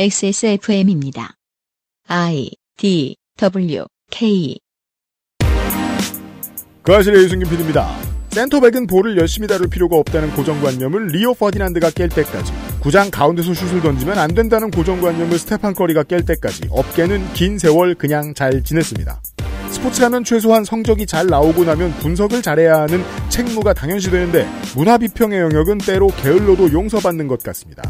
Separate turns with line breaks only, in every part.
XSFM입니다. I D W K
그 아실의 유승균 PD입니다. 센터백은 볼을 열심히 다룰 필요가 없다는 고정관념을 리오 퍼디난드가 깰 때까지 구장 가운데서 슛을 던지면 안 된다는 고정관념을 스테판 커리가 깰 때까지 업계는 긴 세월 그냥 잘 지냈습니다. 스포츠라면 최소한 성적이 잘 나오고 나면 분석을 잘해야 하는 책무가 당연시되는데 문화비평의 영역은 때로 게을러도 용서받는 것 같습니다.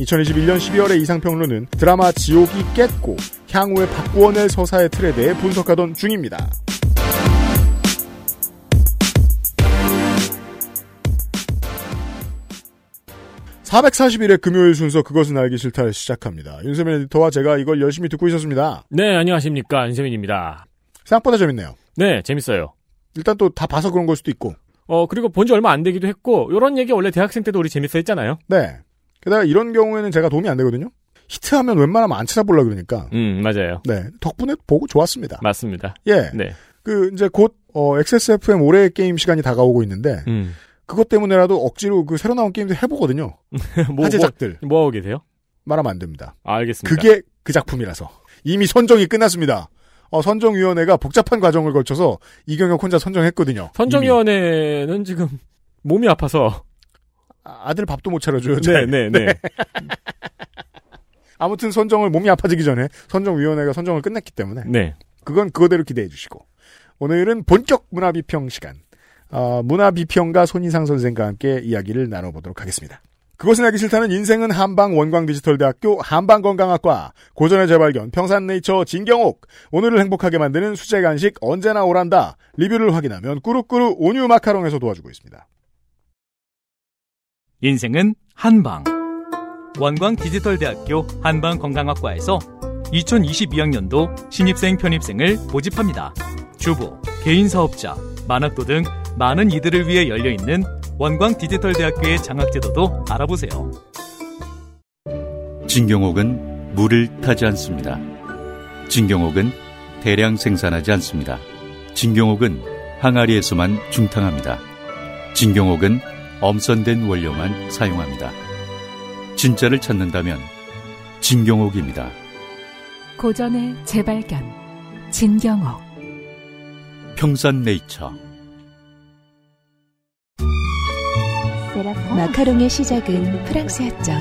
2021년 12월의 이상평론은 드라마 지옥이 깼고 향후의 박구원의 서사의 틀에 대해 분석하던 중입니다. (4 4 1의 금요일 순서 그것은 알기 싫다 시작합니다. 윤세민 에디터와 제가 이걸 열심히 듣고 있었습니다.
네, 안녕하십니까. 안세민입니다.
생각보다 재밌네요.
네, 재밌어요.
일단 또 다 봐서 그런 걸 수도 있고.
어, 그리고 본 지 얼마 안 되기도 했고, 요런 얘기 원래 대학생 때도 우리 재밌어 했잖아요.
네. 게다가 이런 경우에는 제가 도움이 안 되거든요. 히트하면 웬만하면 안 찾아보려 그러니까.
음, 맞아요.
네. 덕분에 보고 좋았습니다.
맞습니다.
예.
네.
그 이제 곧 어, XSFM 올해의 게임 시간이 다가오고 있는데
음.
그것 때문에라도 억지로 그 새로 나온 게임도 해보거든요.
뭐,
화제작들
뭐, 뭐 하고 계세요?
말하면 안 됩니다.
아, 알겠습니다.
그게 그 작품이라서 이미 선정이 끝났습니다. 어, 선정위원회가 복잡한 과정을 거쳐서 이경혁 혼자 선정했거든요. 이미.
선정위원회는 지금 몸이 아파서.
아, 아들 밥도 못 차려줘요.
네, 네, 네.
아무튼 선정을 몸이 아파지기 전에 선정위원회가 선정을 끝냈기 때문에
네.
그건 그거대로 기대해 주시고 오늘은 본격 문화 비평 시간 아, 문화 비평가 손희상 선생과 함께 이야기를 나눠보도록 하겠습니다. 그것은 알기 싫다는 인생은 한방 원광 디지털대학교 한방 건강학과 고전의 재발견 평산네이처 진경옥 오늘을 행복하게 만드는 수제 간식 언제나 오란다 리뷰를 확인하면 꾸루꾸루 온유 마카롱에서 도와주고 있습니다.
인생은 한방. 원광 디지털대학교 한방건강학과에서 2022학년도 신입생 편입생을 모집합니다. 주부, 개인사업자, 만학도 등 많은 이들을 위해 열려있는 원광 디지털대학교의 장학제도도 알아보세요.
진경옥은 물을 타지 않습니다. 진경옥은 대량 생산하지 않습니다. 진경옥은 항아리에서만 중탕합니다. 진경옥은 엄선된 원료만 사용합니다. 진짜를 찾는다면 진경옥입니다.
고전의 재발견 진경옥
평산네이처
마카롱의 시작은 프랑스였죠.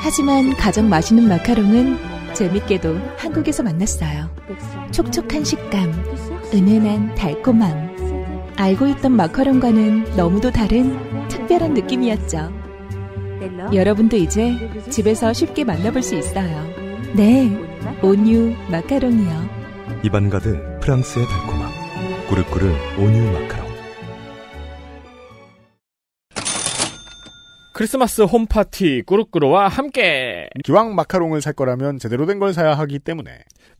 하지만 가장 맛있는 마카롱은 재밌게도 한국에서 만났어요. 촉촉한 식감, 은은한 달콤함. 알고 있던 마카롱과는 너무도 다른 특별한 느낌이었죠. 여러분도 이제 집에서 쉽게 만나볼 수 있어요. 네, 온유 마카롱이요.
입안 가득 프랑스의 달콤함. 꾸르꾸르 온유 마카롱.
크리스마스 홈파티 꾸루꾸루와 함께.
기왕 마카롱을 살 거라면 제대로 된 걸 사야 하기 때문에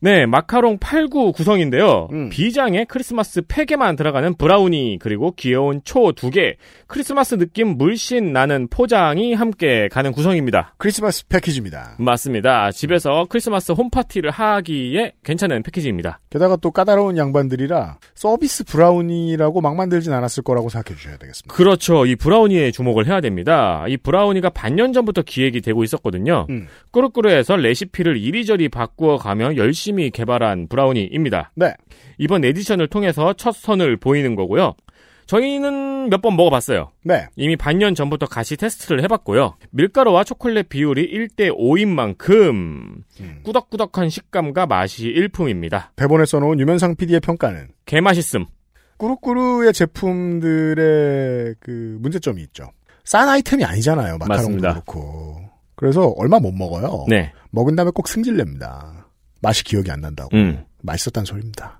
네, 마카롱 8구 구성인데요.
음.
비장에 크리스마스 팩에만 들어가는 브라우니, 그리고 귀여운 초 두 개, 크리스마스 느낌 물씬 나는 포장이 함께 가는 구성입니다.
크리스마스 패키지입니다.
맞습니다. 집에서 크리스마스 홈파티를 하기에 괜찮은 패키지입니다.
게다가 또 까다로운 양반들이라 서비스 브라우니라고 막 만들진 않았을 거라고 생각해 주셔야 되겠습니다.
그렇죠. 이 브라우니에 주목을 해야 됩니다. 이 브라우니가 반년 전부터 기획이 되고 있었거든요.
음.
꾸루꾸루에서 레시피를 이리저리 바꾸어 가며 열심히 개발한 브라우니입니다.
네.
이번 에디션을 통해서 첫 선을 보이는 거고요. 저희는 몇 번 먹어봤어요.
네.
이미 반년 전부터 가시 테스트를 해봤고요. 밀가루와 초콜릿 비율이 1대 5인 만큼 꾸덕꾸덕한 식감과 맛이 일품입니다.
대본에 써놓은 유면상 PD의 평가는
개맛있음.
꾸루꾸루의 제품들의 그 문제점이 있죠. 싼 아이템이 아니잖아요. 마카롱도
맞습니다.
그렇고. 그래서 얼마 못 먹어요.
네.
먹은 다음에 꼭 승질냅니다. 맛이 기억이 안 난다고.
음.
맛있었단 소리입니다.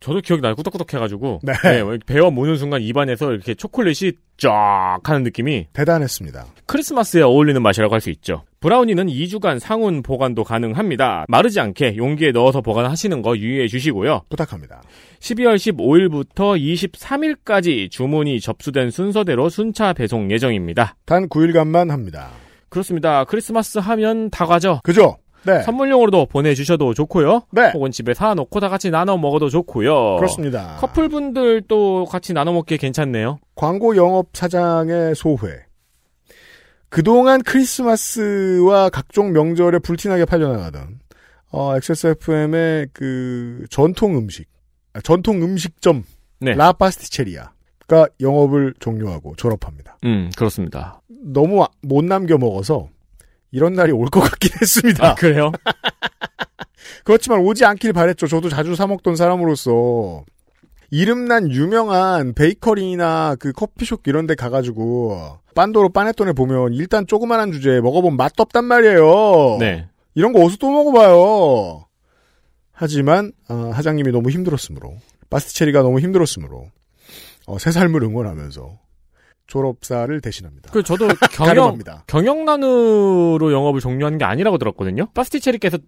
저도 기억이 나요. 꾸덕꾸덕해가지고.
네.
배워 무는 순간 입안에서 이렇게 초콜릿이 쫙 하는 느낌이
대단했습니다.
크리스마스에 어울리는 맛이라고 할 수 있죠. 브라우니는 2주간 상온 보관도 가능합니다. 마르지 않게 용기에 넣어서 보관하시는 거 유의해 주시고요.
부탁합니다.
12월 15일부터 23일까지 주문이 접수된 순서대로 순차 배송 예정입니다.
단 9일간만 합니다.
그렇습니다. 크리스마스 하면 다과죠.
그죠? 네.
선물용으로도 보내주셔도 좋고요.
네.
혹은 집에 사놓고 다 같이 나눠 먹어도 좋고요.
그렇습니다.
커플분들도 같이 나눠 먹기 괜찮네요.
광고 영업 사장의 소회. 그동안 크리스마스와 각종 명절에 불티나게 팔려나가던 어, XSFM의 그 전통 음식, 아, 전통 음식점
네.
라 파스티체리아가 영업을 종료하고 졸업합니다.
음, 그렇습니다.
너무 아- 못 남겨 먹어서 이런 날이 올 것 같긴 했습니다.
아, 그래요?
그렇지만 오지 않길 바랬죠. 저도 자주 사 먹던 사람으로서 이름난 유명한 베이커리나 그 커피숍 이런 데 가가지고 빤도로 빠네톤에 보면 일단 조그만한 주제에 먹어본 맛없단 말이에요.
네.
이런 거 어디서 또 먹어봐요. 하지만 어, 하장님이 너무 힘들었으므로 바스티체리가 너무 힘들었으므로 어, 새 삶을 응원하면서 졸업사를 대신합니다.
그 저도 경영
가려합니다.
경영난으로 영업을 종료한 게 아니라고 들었거든요. 파스티체리께서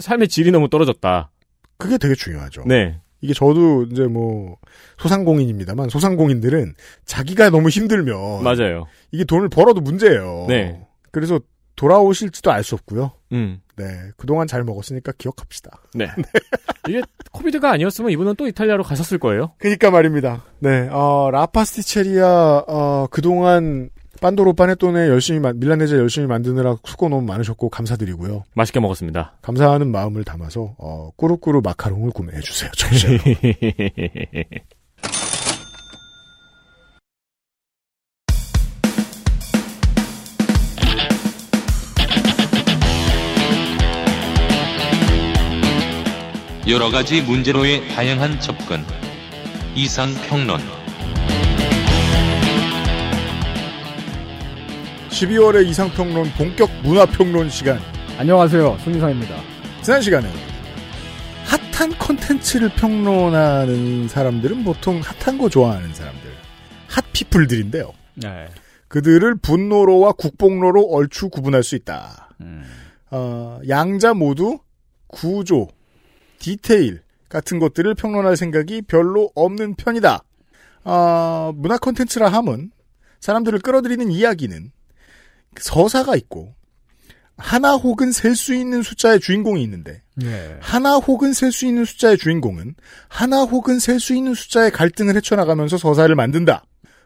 삶의 질이 너무 떨어졌다.
그게 되게 중요하죠.
네.
이게 저도 이제 뭐 소상공인입니다만 소상공인들은 자기가 너무 힘들면
맞아요.
이게 돈을 벌어도 문제예요.
네.
그래서 돌아오실지도 알 수 없고요.
음.
네, 그동안 잘 먹었으니까 기억합시다.
네. 이게 코비드가 아니었으면 이분은 또 이탈리아로 가셨을 거예요.
그러니까 말입니다. 네, 어, 라파스티체리아 어, 그동안 빤도로 빠네톤에 열심히 만- 밀라네제 열심히 만드느라 수고 너무 많으셨고 감사드리고요.
맛있게 먹었습니다.
감사하는 마음을 담아서 어, 꾸루꾸루 마카롱을 구매해 주세요. 정신.
여러 가지 문제로의 다양한 접근. 이상 평론.
12월의 이상평론 본격 문화평론 시간.
안녕하세요. 손희상입니다.
지난 시간에 핫한 콘텐츠를 평론하는 사람들은 보통 핫한 거 좋아하는 사람들, 핫피플들인데요.
네.
그들을 분노로와 국뽕로로 얼추 구분할 수 있다.
음.
어, 양자 모두 구조, 디테일 같은 것들을 평론할 생각이 별로 없는 편이다. 아, 문화 콘텐츠라 함은 사람들을 끌어들이는 이야기는 서사가 있고 하나 혹은 셀 수 있는 숫자의 주인공이 있는데
네.
하나 혹은 셀 수 있는 숫자의 주인공은 하나 혹은 셀 수 있는 숫자의 갈등을 헤쳐나가면서 서사를 만든다.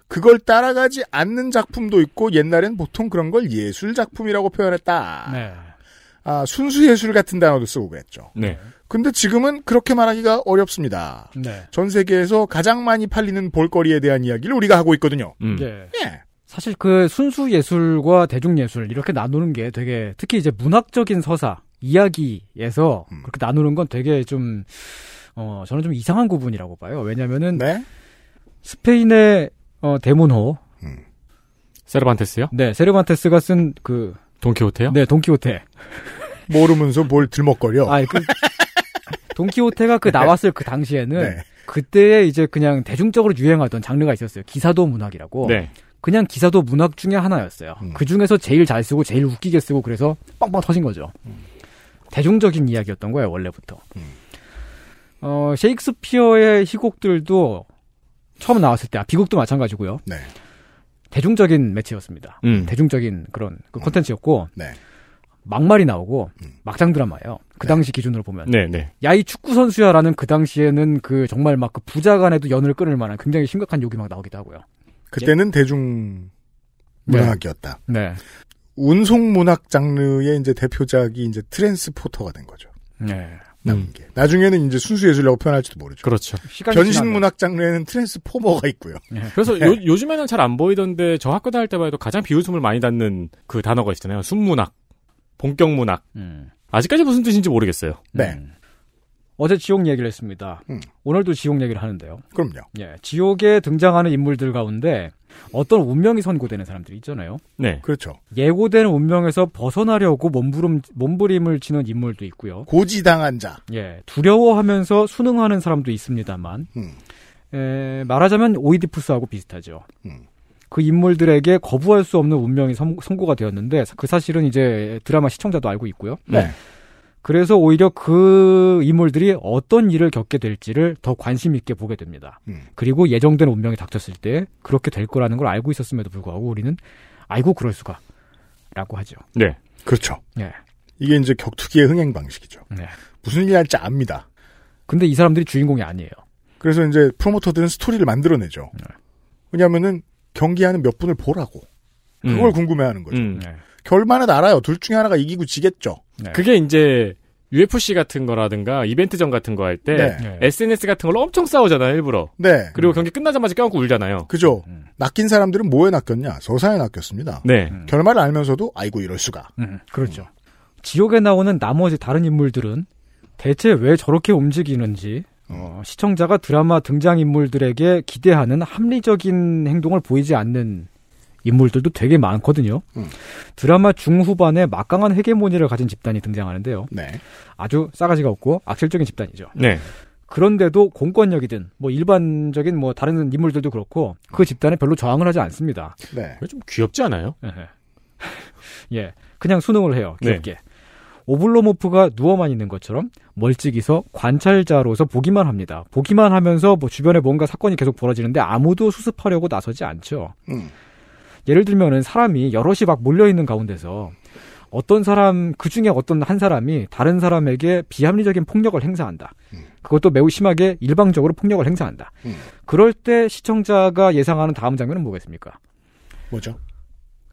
그걸 따라가지 않는 작품도 있고 옛날엔 보통 그런 걸 예술 작품이라고 표현했다.
네.
아, 순수 예술 같은 단어도 쓰고 그랬죠.
네.
근데 지금은 그렇게 말하기가 어렵습니다.
네.
전 세계에서 가장 많이 팔리는 볼거리에 대한 이야기를 우리가 하고 있거든요.
음.
예.
예.
사실 그 순수 예술과 대중 예술 이렇게 나누는 게 되게 특히 이제 문학적인 서사 이야기에서
음.
그렇게 나누는 건 되게 좀 어, 저는 좀 이상한 구분이라고 봐요. 왜냐면은
네.
스페인의 어, 데몬호,
세르반테스요?
네, 세르반테스가 쓴 그,
돈키호테요?
네, 돈키호테.
모르면서 뭘 들먹거려.
아, 그, 돈키호테가 그 나왔을 그 당시에는
네.
그때 이제 그냥 대중적으로 유행하던 장르가 있었어요. 기사도 문학이라고.
네.
그냥 기사도 문학 중에 하나였어요.
음.
그 중에서 제일 잘 쓰고 제일 웃기게 쓰고 그래서 빵빵 터진 거죠.
음.
대중적인 이야기였던 거예요, 원래부터. 어, 셰익스피어의 희곡들도 처음 나왔을 때, 아, 비곡도 마찬가지고요.
네.
대중적인 매체였습니다.
음.
대중적인 그런 그 콘텐츠였고
네. 음.
막말이 나오고 막장 드라마예요. 그 당시 기준으로 보면
네, 네.
야이 축구 선수야라는 그 당시에는 그 정말 막 그 부자간에도 연을 끊을 만한 굉장히 심각한 욕이 막 나오기도 하고요.
그때는 대중 문학이었다.
네,
운송 문학 장르의 이제 대표작이 이제 트랜스포터가 된 거죠.
네.
남은 게. 나중에는 이제 순수 예술이라고 표현할지도 모르죠.
음. 그렇죠.
시간이 네.
변신
지나면-
문학 장르에는 트랜스포머가 있고요.
그래서 요, 요즘에는 잘 안 보이던데 저 학교 다닐 때만 해도 가장 비웃음을 많이 닿는 그 단어가 있잖아요. 순문학, 본격문학.
음.
아직까지 무슨 뜻인지 모르겠어요.
네.
음. 어제 지옥 얘기를 했습니다.
음.
오늘도 지옥 얘기를 하는데요.
그럼요.
예, 지옥에 등장하는 인물들 가운데 어떤 운명이 선고되는 사람들이 있잖아요.
네.
그렇죠.
예고된 운명에서 벗어나려고 몸부림, 몸부림을 치는 인물도 있고요.
고지당한 자.
예, 두려워하면서 순응하는 사람도 있습니다만,
음.
에, 말하자면 오이디푸스하고 비슷하죠.
음.
그 인물들에게 거부할 수 없는 운명이 선, 고가 되었는데, 그 사실은 이제 드라마 시청자도 알고 있고요.
네.
그래서 오히려 그 인물들이 어떤 일을 겪게 될지를 더 관심 있게 보게 됩니다.
음.
그리고 예정된 운명이 닥쳤을 때 그렇게 될 거라는 걸 알고 있었음에도 불구하고 우리는 아이고 그럴 수가 라고 하죠.
네.
그렇죠.
예.
이게 이제 격투기의 흥행 방식이죠.
예.
네.
무슨 일이 할지 압니다.
근데 이 사람들이 주인공이 아니에요.
그래서
예.
이제 프로모터들은 스토리를 만들어내죠. 왜냐하면은 경기하는 몇 분을 보라고. 그걸
음.
궁금해하는 거죠.
음.
네.
결말은 알아요. 둘 중에 하나가 이기고 지겠죠.
네.
그게 이제 UFC 같은 거라든가 이벤트전 같은 거 할 때
네.
네.
SNS 같은 걸로 엄청 싸우잖아요, 일부러.
네.
그리고 경기 끝나자마자 껴안고 울잖아요.
그죠.
음.
낚인 사람들은 뭐에 낚였냐? 서사에 낚였습니다.
네.
음.
결말을 알면서도 아이고 이럴 수가.
음, 그렇죠. 지옥에 나오는 나머지 다른 인물들은 대체 왜 저렇게 움직이는지 어, 시청자가 드라마 등장 인물들에게 기대하는 합리적인 행동을 보이지 않는 인물들도 되게 많거든요.
음.
드라마 중후반에 막강한 헤게모니를 가진 집단이 등장하는데요.
네.
아주 싸가지가 없고 악질적인 집단이죠.
네.
그런데도 공권력이든 뭐 일반적인 뭐 다른 인물들도 그렇고 그 집단에 별로 저항을 하지 않습니다.
네.
좀 귀엽지 않아요?
예. 예. 그냥 수능을 해요.
네.
귀엽게. 오블로모프가 누워만 있는 것처럼 멀찍이서 관찰자로서 보기만 합니다. 보기만 하면서 뭐 주변에 뭔가 사건이 계속 벌어지는데 아무도 수습하려고 나서지 않죠.
음.
예를 들면은 사람이 여럿이 막 몰려있는 가운데서 어떤 사람, 그 중에 어떤 한 사람이 다른 사람에게 비합리적인 폭력을 행사한다. 그것도 매우 심하게 일방적으로 폭력을 행사한다.
음.
그럴 때 시청자가 예상하는 다음 장면은 뭐겠습니까?
뭐죠?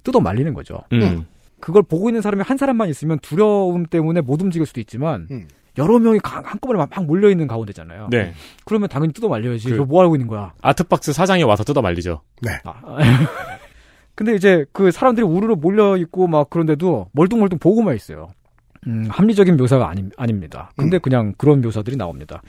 뜯어 말리는 거죠.
음.
그걸 보고 있는 사람이 한 사람만 있으면 두려움 때문에 못 움직일 수도 있지만
음.
여러 명이 가- 한꺼번에 막, 막 몰려 있는 가운데잖아요.
네.
그러면 당연히 뜯어 말려야지.
그-
이거 뭐 하고 있는 거야?
아트박스 사장이 와서 뜯어 말리죠.
아. 근데 이제 그 사람들이 우르르 몰려 있고 막 그런데도 멀뚱멀뚱 보고만 있어요. 음, 합리적인 묘사가 아니, 아닙니다.
음.
근데 그냥 그런 묘사들이 나옵니다.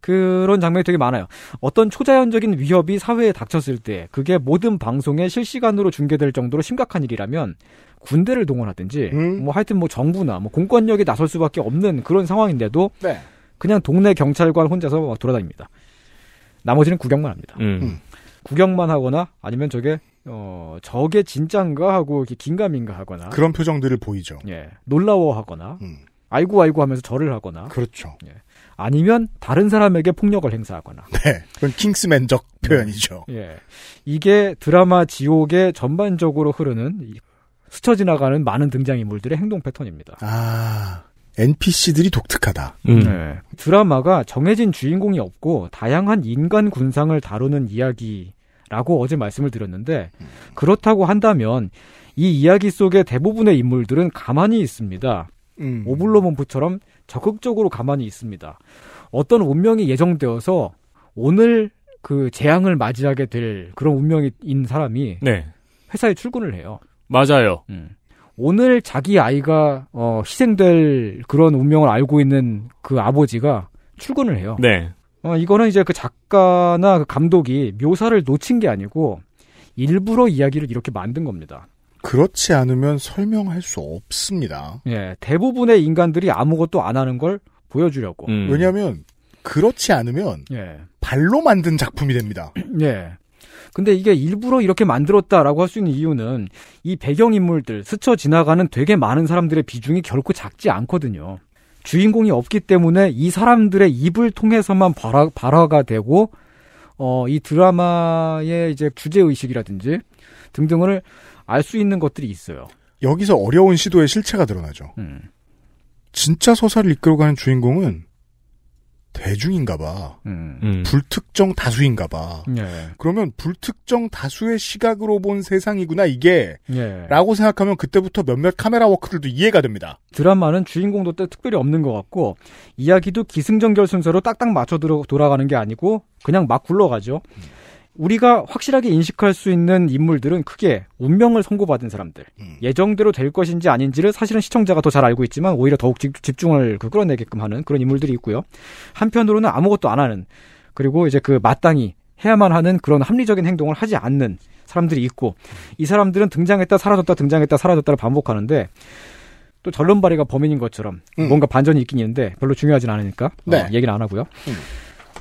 그런 장면이 되게 많아요. 어떤 초자연적인 위협이 사회에 닥쳤을 때 그게 모든 방송에 실시간으로 중계될 정도로 심각한 일이라면 군대를 동원하든지
음.
뭐 하여튼 뭐 정부나 뭐 공권력이 나설 수밖에 없는 그런 상황인데도
네.
그냥 동네 경찰관 혼자서 막 돌아다닙니다. 나머지는 구경만 합니다.
음.
음.
구경만 하거나 아니면 저게 어 저게 진짠가 하고 이렇게 긴가민가 하거나
그런 표정들을 보이죠.
예 놀라워하거나
음.
아이고 아이고 하면서 절을 하거나
그렇죠.
아니면 다른 사람에게 폭력을 행사하거나
네. 그건 킹스맨적 표현이죠.
예 이게 드라마 지옥의 전반적으로 흐르는 이- 스쳐 지나가는 많은 등장 인물들의 행동 패턴입니다.
아, NPC들이 독특하다.
음.
네. 드라마가 정해진 주인공이 없고 다양한 인간 군상을 다루는 이야기라고 어제 말씀을 드렸는데 그렇다고 한다면 이 이야기 속의 대부분의 인물들은 가만히 있습니다.
음.
오블로몬프처럼 적극적으로 가만히 있습니다. 어떤 운명이 예정되어서 오늘 그 재앙을 맞이하게 될 그런 운명인 사람이
네.
회사에 출근을 해요.
맞아요.
예. 오늘 자기 아이가 어, 희생될 그런 운명을 알고 있는 그 아버지가 출근을 해요.
네.
어, 이거는 이제 그 작가나 그 감독이 묘사를 놓친 게 아니고 일부러 이야기를 이렇게 만든 겁니다.
그렇지 않으면 설명할 수 없습니다.
예, 대부분의 인간들이 아무것도 안 하는 걸 보여주려고.
음.
왜냐하면 그렇지 않으면
예,
발로 만든 작품이 됩니다.
예. 근데 이게 일부러 이렇게 만들었다라고 할 수 있는 이유는 이 배경 인물들 스쳐 지나가는 되게 많은 사람들의 비중이 결코 작지 않거든요. 주인공이 없기 때문에 이 사람들의 입을 통해서만 발화, 발화가 되고 어, 이 드라마의 이제 주제 의식이라든지 등등을 알 수 있는 것들이 있어요.
여기서 어려운 시도의 실체가 드러나죠.
음,
진짜 서사를 이끌어가는 주인공은 대중인가 봐.
음,
음.
불특정 다수인가 봐.
예,
그러면 불특정 다수의 시각으로 본 세상이구나 이게
예.
라고 생각하면 그때부터 몇몇 카메라 워크들도 이해가 됩니다.
드라마는 주인공도 때 특별히 없는 것 같고 이야기도 기승전결 순서로 딱딱 맞춰 들어- 돌아가는 게 아니고 그냥 막 굴러가죠. 우리가 확실하게 인식할 수 있는 인물들은 크게 운명을 선고받은 사람들,
음.
예정대로 될 것인지 아닌지를 사실은 시청자가 더 잘 알고 있지만 오히려 더욱 집- 집중을 그 끌어내게끔 하는 그런 인물들이 있고요. 한편으로는 아무것도 안 하는 그리고 이제 그 마땅히 해야만 하는 그런 합리적인 행동을 하지 않는 사람들이 있고 이 사람들은 등장했다 사라졌다 등장했다 사라졌다를 반복하는데 또 절름발이가 범인인 것처럼
음.
뭔가 반전이 있긴 있는데 별로 중요하진 않으니까
네.
어, 얘기는 안 하고요.
음.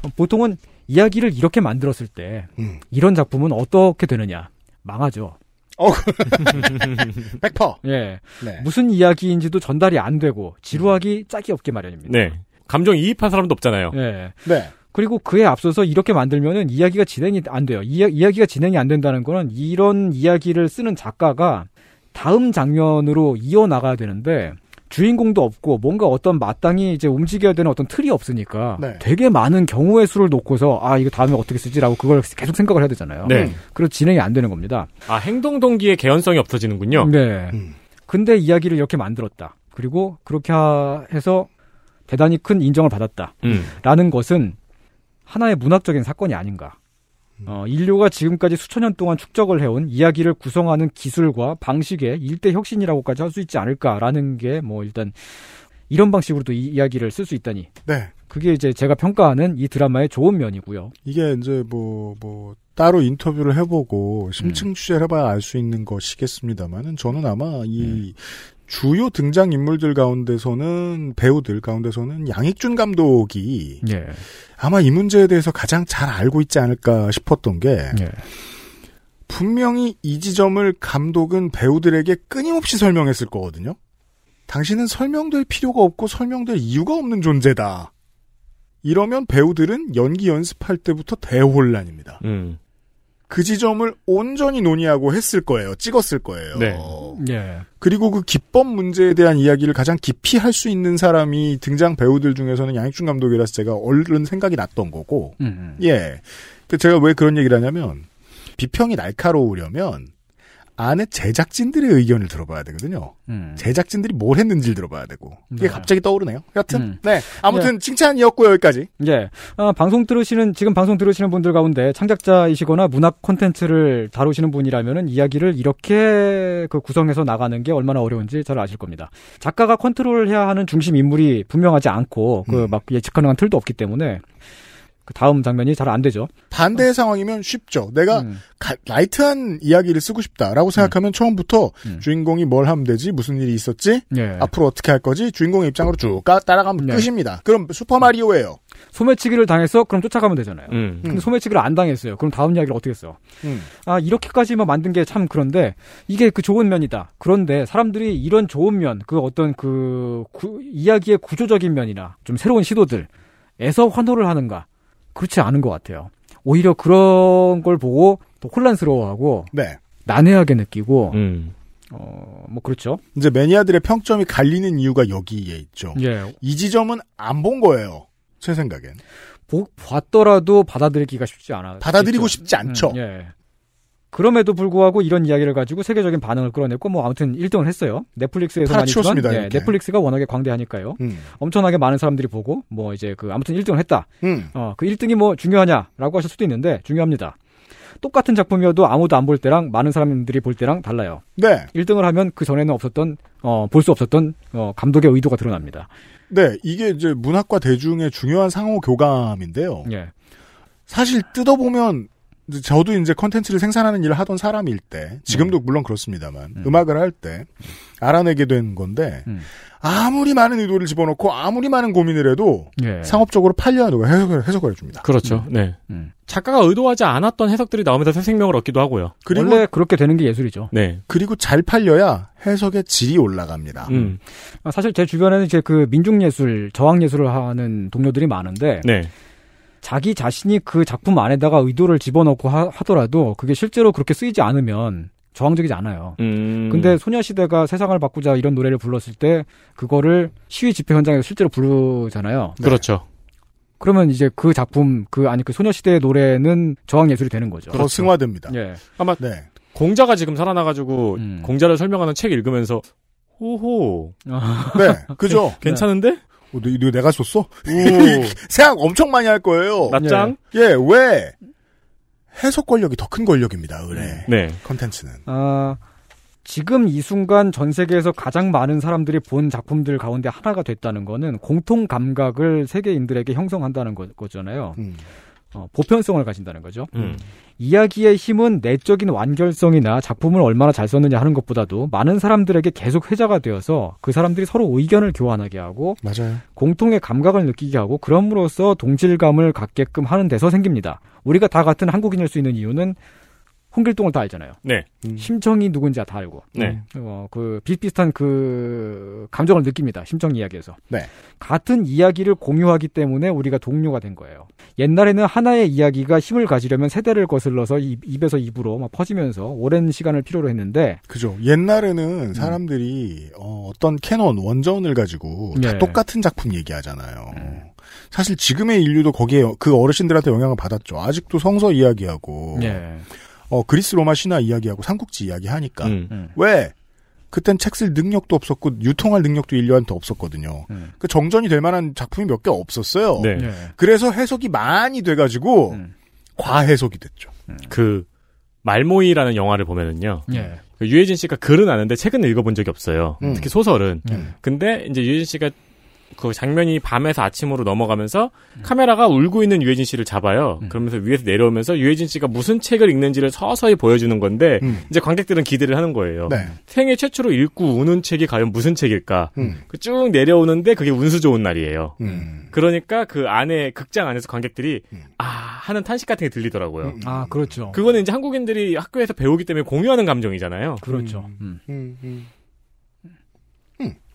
어, 보통은 이야기를 이렇게 만들었을 때
음.
이런 작품은 어떻게 되느냐 망하죠.
100%.
예,
네.
무슨 이야기인지도 전달이 안 되고 지루하기 짝이 없게 마련입니다.
네. 감정 이입한 사람도 없잖아요.
예.
네.
그리고 그에 앞서서 이렇게 만들면은 이야기가 진행이 안 돼요. 이야, 이야기가 진행이 안 된다는 거는 이런 이야기를 쓰는 작가가 다음 장면으로 이어나가야 되는데 주인공도 없고 뭔가 어떤 마땅히 이제 움직여야 되는 어떤 틀이 없으니까
네.
되게 많은 경우의 수를 놓고서 아 이거 다음에 어떻게 쓰지라고 그걸 계속 생각을 해야 되잖아요.
네.
그래서 진행이 안 되는 겁니다.
아, 행동 동기의 개연성이 없어지는군요.
네.
음.
근데 이야기를 이렇게 만들었다. 그리고 그렇게 하- 해서 대단히 큰 인정을 받았다.
음.
라는 것은 하나의 문학적인 사건이 아닌가. 어, 인류가 지금까지 수천 년 동안 축적을 해온 이야기를 구성하는 기술과 방식의 일대 혁신이라고까지 할 수 있지 않을까라는 게 뭐 일단 이런 방식으로도 이 이야기를 쓸 수 있다니.
네.
그게 이제 제가 평가하는 이 드라마의 좋은 면이고요.
이게 이제 뭐, 뭐, 따로 인터뷰를 해보고 심층 취재를 해봐야 알 수 있는 것이겠습니다만은 저는 아마 이 주요 등장 인물들 가운데서는 배우들 가운데서는 양익준 감독이
예.
아마 이 문제에 대해서 가장 잘 알고 있지 않을까 싶었던 게
예.
분명히 이 지점을 감독은 배우들에게 끊임없이 설명했을 거거든요. 당신은 설명될 필요가 없고 설명될 이유가 없는 존재다. 이러면 배우들은 연기 연습할 때부터 대혼란입니다.
음.
그 지점을 온전히 논의하고 했을 거예요. 찍었을 거예요.
네.
예.
그리고 그 기법 문제에 대한 이야기를 가장 깊이 할 수 있는 사람이 등장 배우들 중에서는 양익준 감독이라서 제가 얼른 생각이 났던 거고
음, 음.
예. 근데 제가 왜 그런 얘기를 하냐면 비평이 날카로우려면 안에 제작진들의 의견을 들어봐야 되거든요.
음.
제작진들이 뭘 했는지를 들어봐야 되고 이게
네.
갑자기 떠오르네요. 여튼
음.
네 아무튼 칭찬이었고요 여기까지.
예. 아, 방송 들으시는, 지금 방송 들으시는 분들 가운데 창작자이시거나 문학 콘텐츠를 다루시는 분이라면은 이야기를 이렇게 그 구성해서 나가는 게 얼마나 어려운지 잘 아실 겁니다. 작가가 컨트롤 해야 하는 중심 인물이 분명하지 않고 그
음.
막 예측 가능한 틀도 없기 때문에 그 다음 장면이 잘 안 되죠.
반대의 상황이면 쉽죠. 내가
어. 음.
가- 라이트한 이야기를 쓰고 싶다라고 생각하면 처음부터
음.
주인공이 뭘 하면 되지, 무슨 일이 있었지,
예.
앞으로 어떻게 할 거지 주인공의 입장으로 쭉 가- 따라가면
네.
끝입니다. 그럼 슈퍼 마리오예요.
소매치기를 당했어? 그럼 쫓아가면 되잖아요.
음.
근데 소매치기를 안 당했어요. 그럼 다음 이야기를 어떻게 써? 아 이렇게까지만 만든 게 참 그런데 이게 그 좋은 면이다. 그런데 사람들이 이런 좋은 면, 그 어떤 그 구- 이야기의 구조적인 면이나 좀 새로운 시도들에서 환호를 하는가? 그렇지 않은 것 같아요. 오히려 그런 걸 보고 또 혼란스러워하고
네.
난해하게 느끼고
음.
어 뭐 그렇죠.
이제 매니아들의 평점이 갈리는 이유가 여기에 있죠.
예,
이 지점은 안 본 거예요. 제 생각엔.
보, 봤더라도 받아들이기가 쉽지 않아.
받아들이고 싶지 않죠.
음, 예. 그럼에도 불구하고 이런 이야기를 가지고 세계적인 반응을 끌어냈고 뭐 아무튼 1등을 했어요. 넷플릭스에서 많이 했지만
팔아치웠습니다,
예,
이렇게.
넷플릭스가 워낙에 광대하니까요.
음.
엄청나게 많은 사람들이 보고 뭐 이제 그 아무튼 1등을 했다.
음.
어, 그 1등이 뭐 중요하냐라고 하실 수도 있는데 중요합니다. 똑같은 작품이어도 아무도 안 볼 때랑 많은 사람들이 볼 때랑 달라요.
네.
1등을 하면 그 전에는 없었던 어, 볼 수 없었던 어, 감독의 의도가 드러납니다.
네. 이게 이제 문학과 대중의 중요한 상호 교감인데요.
예.
사실 뜯어보면 이제 저도 이제 컨텐츠를 생산하는 일을 하던 사람일 때, 지금도 물론 그렇습니다만,
네. 음.
음. 악을 할 때, 알아내게 된 건데,
음.
아무리 많은 의도를 집어넣고, 아무리 많은 고민을 해도,
예.
상업적으로 팔려야 누가 해석을, 해석을 해줍니다.
그렇죠. 네.
음.
작가가 의도하지 않았던 해석들이 나오면서 새 생명을 얻기도 하고요.
그리고,
원래 그렇게 되는 게 예술이죠.
네.
그리고 잘 팔려야 해석의 질이 올라갑니다.
음.
아, 사실 제 주변에는 이제 그 민중예술, 저항예술을 하는 동료들이 많은데
네.
자기 자신이 그 작품 안에다가 의도를 집어넣고 하, 더라도 그게 실제로 그렇게 쓰이지 않으면 저항적이지 않아요.
음.
근데 소녀시대가 세상을 바꾸자 이런 노래를 불렀을 때 그거를 시위 집회 현장에서 실제로 부르잖아요.
그렇죠.
그러면 이제 그 작품 그 아니 그 소녀시대의 노래는 저항 예술이 되는 거죠.
그렇죠.
더 승화됩니다.
예.
네.
공자가 지금 살아나가지고
음.
공자를 설명하는 책 읽으면서 호호
네. 그죠?
괜찮은데?
어, 너, 너 내가 썼어?
오
생각 엄청 많이 할 거예요.
낫짱?
예, 왜? 해석 권력이 더 큰 권력입니다, 의뢰.
네.
컨텐츠는.
아, 지금 이 순간 전 세계에서 가장 많은 사람들이 본 작품들 가운데 하나가 됐다는 거는 공통 감각을 세계인들에게 형성한다는 거, 거잖아요.
음.
어, 보편성을 가진다는 거죠.
음.
이야기의 힘은 내적인 완결성이나 작품을 얼마나 잘 썼느냐 하는 것보다도 많은 사람들에게 계속 회자가 되어서 그 사람들이 서로 의견을 교환하게 하고
맞아요.
공통의 감각을 느끼게 하고 그럼으로써 동질감을 갖게끔 하는 데서 생깁니다. 우리가 다 같은 한국인일 수 있는 이유는 홍길동을 다 알잖아요.
네.
심청이 누군지 다 알고.
네.
어, 그 비슷비슷한 그 감정을 느낍니다. 심청 이야기에서.
네.
같은 이야기를 공유하기 때문에 우리가 동료가 된 거예요. 옛날에는 하나의 이야기가 힘을 가지려면 세대를 거슬러서 입, 입에서 입으로 막 퍼지면서 오랜 시간을 필요로 했는데
그죠.
음.
옛날에는 사람들이 어, 떤 캐논, 원전을 가지고 다
네.
예.
똑같은 작품 얘기하잖아요. 사실 지금의 인류도 거기에 그 어르신들한테 영향을 받았죠. 아직도 성서 이야기하고
예.
어, 그리스 로마 신화 이야기하고 삼국지 이야기하니까
네. 음.
왜 그땐 책 쓸 능력도 없었고 유통할 능력도 인류한테 없었거든요.
음.
그 정전이 될 만한 작품이 몇 개 없었어요.
네.
예.
그래서 해석이 많이 돼가지고
음.
과해석이 됐죠.
그 말모이라는 영화를 보면은요.
예.
그 유해진 씨가 글은 아는데 책은 읽어본 적이 없어요.
음.
특히 소설은.
음.
근데 이제 유해진 씨가 그 장면이 밤에서 아침으로 넘어가면서 카메라가 울고 있는 유해진 씨를 잡아요. 그러면서 위에서 내려오면서 유해진 씨가 무슨 책을 읽는지를 서서히 보여주는 건데
음.
이제 관객들은 기대를 하는 거예요.
네.
생애 최초로 읽고 우는 책이 과연 무슨 책일까?
음.
그쭉 내려오는데 그게 운수 좋은 날이에요.
음.
그러니까 그 안에 극장 안에서 관객들이
음.
아 하는 탄식 같은 게 들리더라고요.
음.
아 그렇죠.
그거는 이제 한국인들이 학교에서 배우기 때문에 공유하는 감정이잖아요.
그렇죠.
음, 음.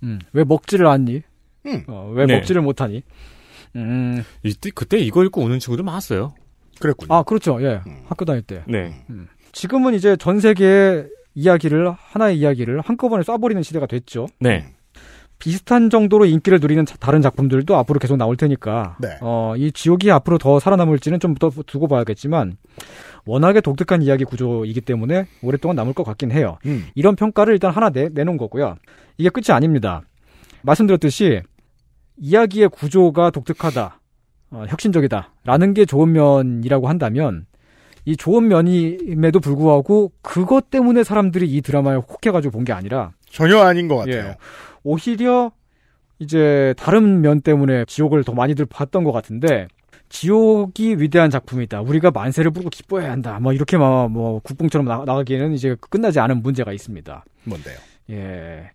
음. 왜 먹지를 않니?
음.
어, 왜
네.
먹지를 못하니? 음.
이때 그때 이거 읽고 우는 친구들 많았어요.
그랬군요.
아 그렇죠. 예.
음.
학교 다닐 때.
네.
지금은 이제 전 세계의 이야기를 하나의 이야기를 한꺼번에 쏴버리는 시대가 됐죠.
네.
비슷한 정도로 인기를 누리는 자- 다른 작품들도 앞으로 계속 나올 테니까
네.
어, 이 지옥이 앞으로 더 살아남을지는 좀 더 두고 봐야겠지만 워낙에 독특한 이야기 구조이기 때문에 오랫동안 남을 것 같긴 해요.
음.
이런 평가를 일단 하나 내, 내놓은 거고요. 이게 끝이 아닙니다. 말씀드렸듯이 이야기의 구조가 독특하다, 어, 혁신적이다라는 게 좋은 면이라고 한다면 이 좋은 면임에도 불구하고 그것 때문에 사람들이 이 드라마에 혹해가지고 본 게 아니라
전혀 아닌 것 같아요.
예. 오히려 이제 다른 면 때문에 지옥을 더 많이들 봤던 것 같은데 지옥이 위대한 작품이다. 우리가 만세를 부르고 기뻐해야 한다. 뭐 이렇게 막 뭐 국뽕처럼 나, 나가기에는 이제 끝나지 않은 문제가 있습니다.
뭔데요?
예.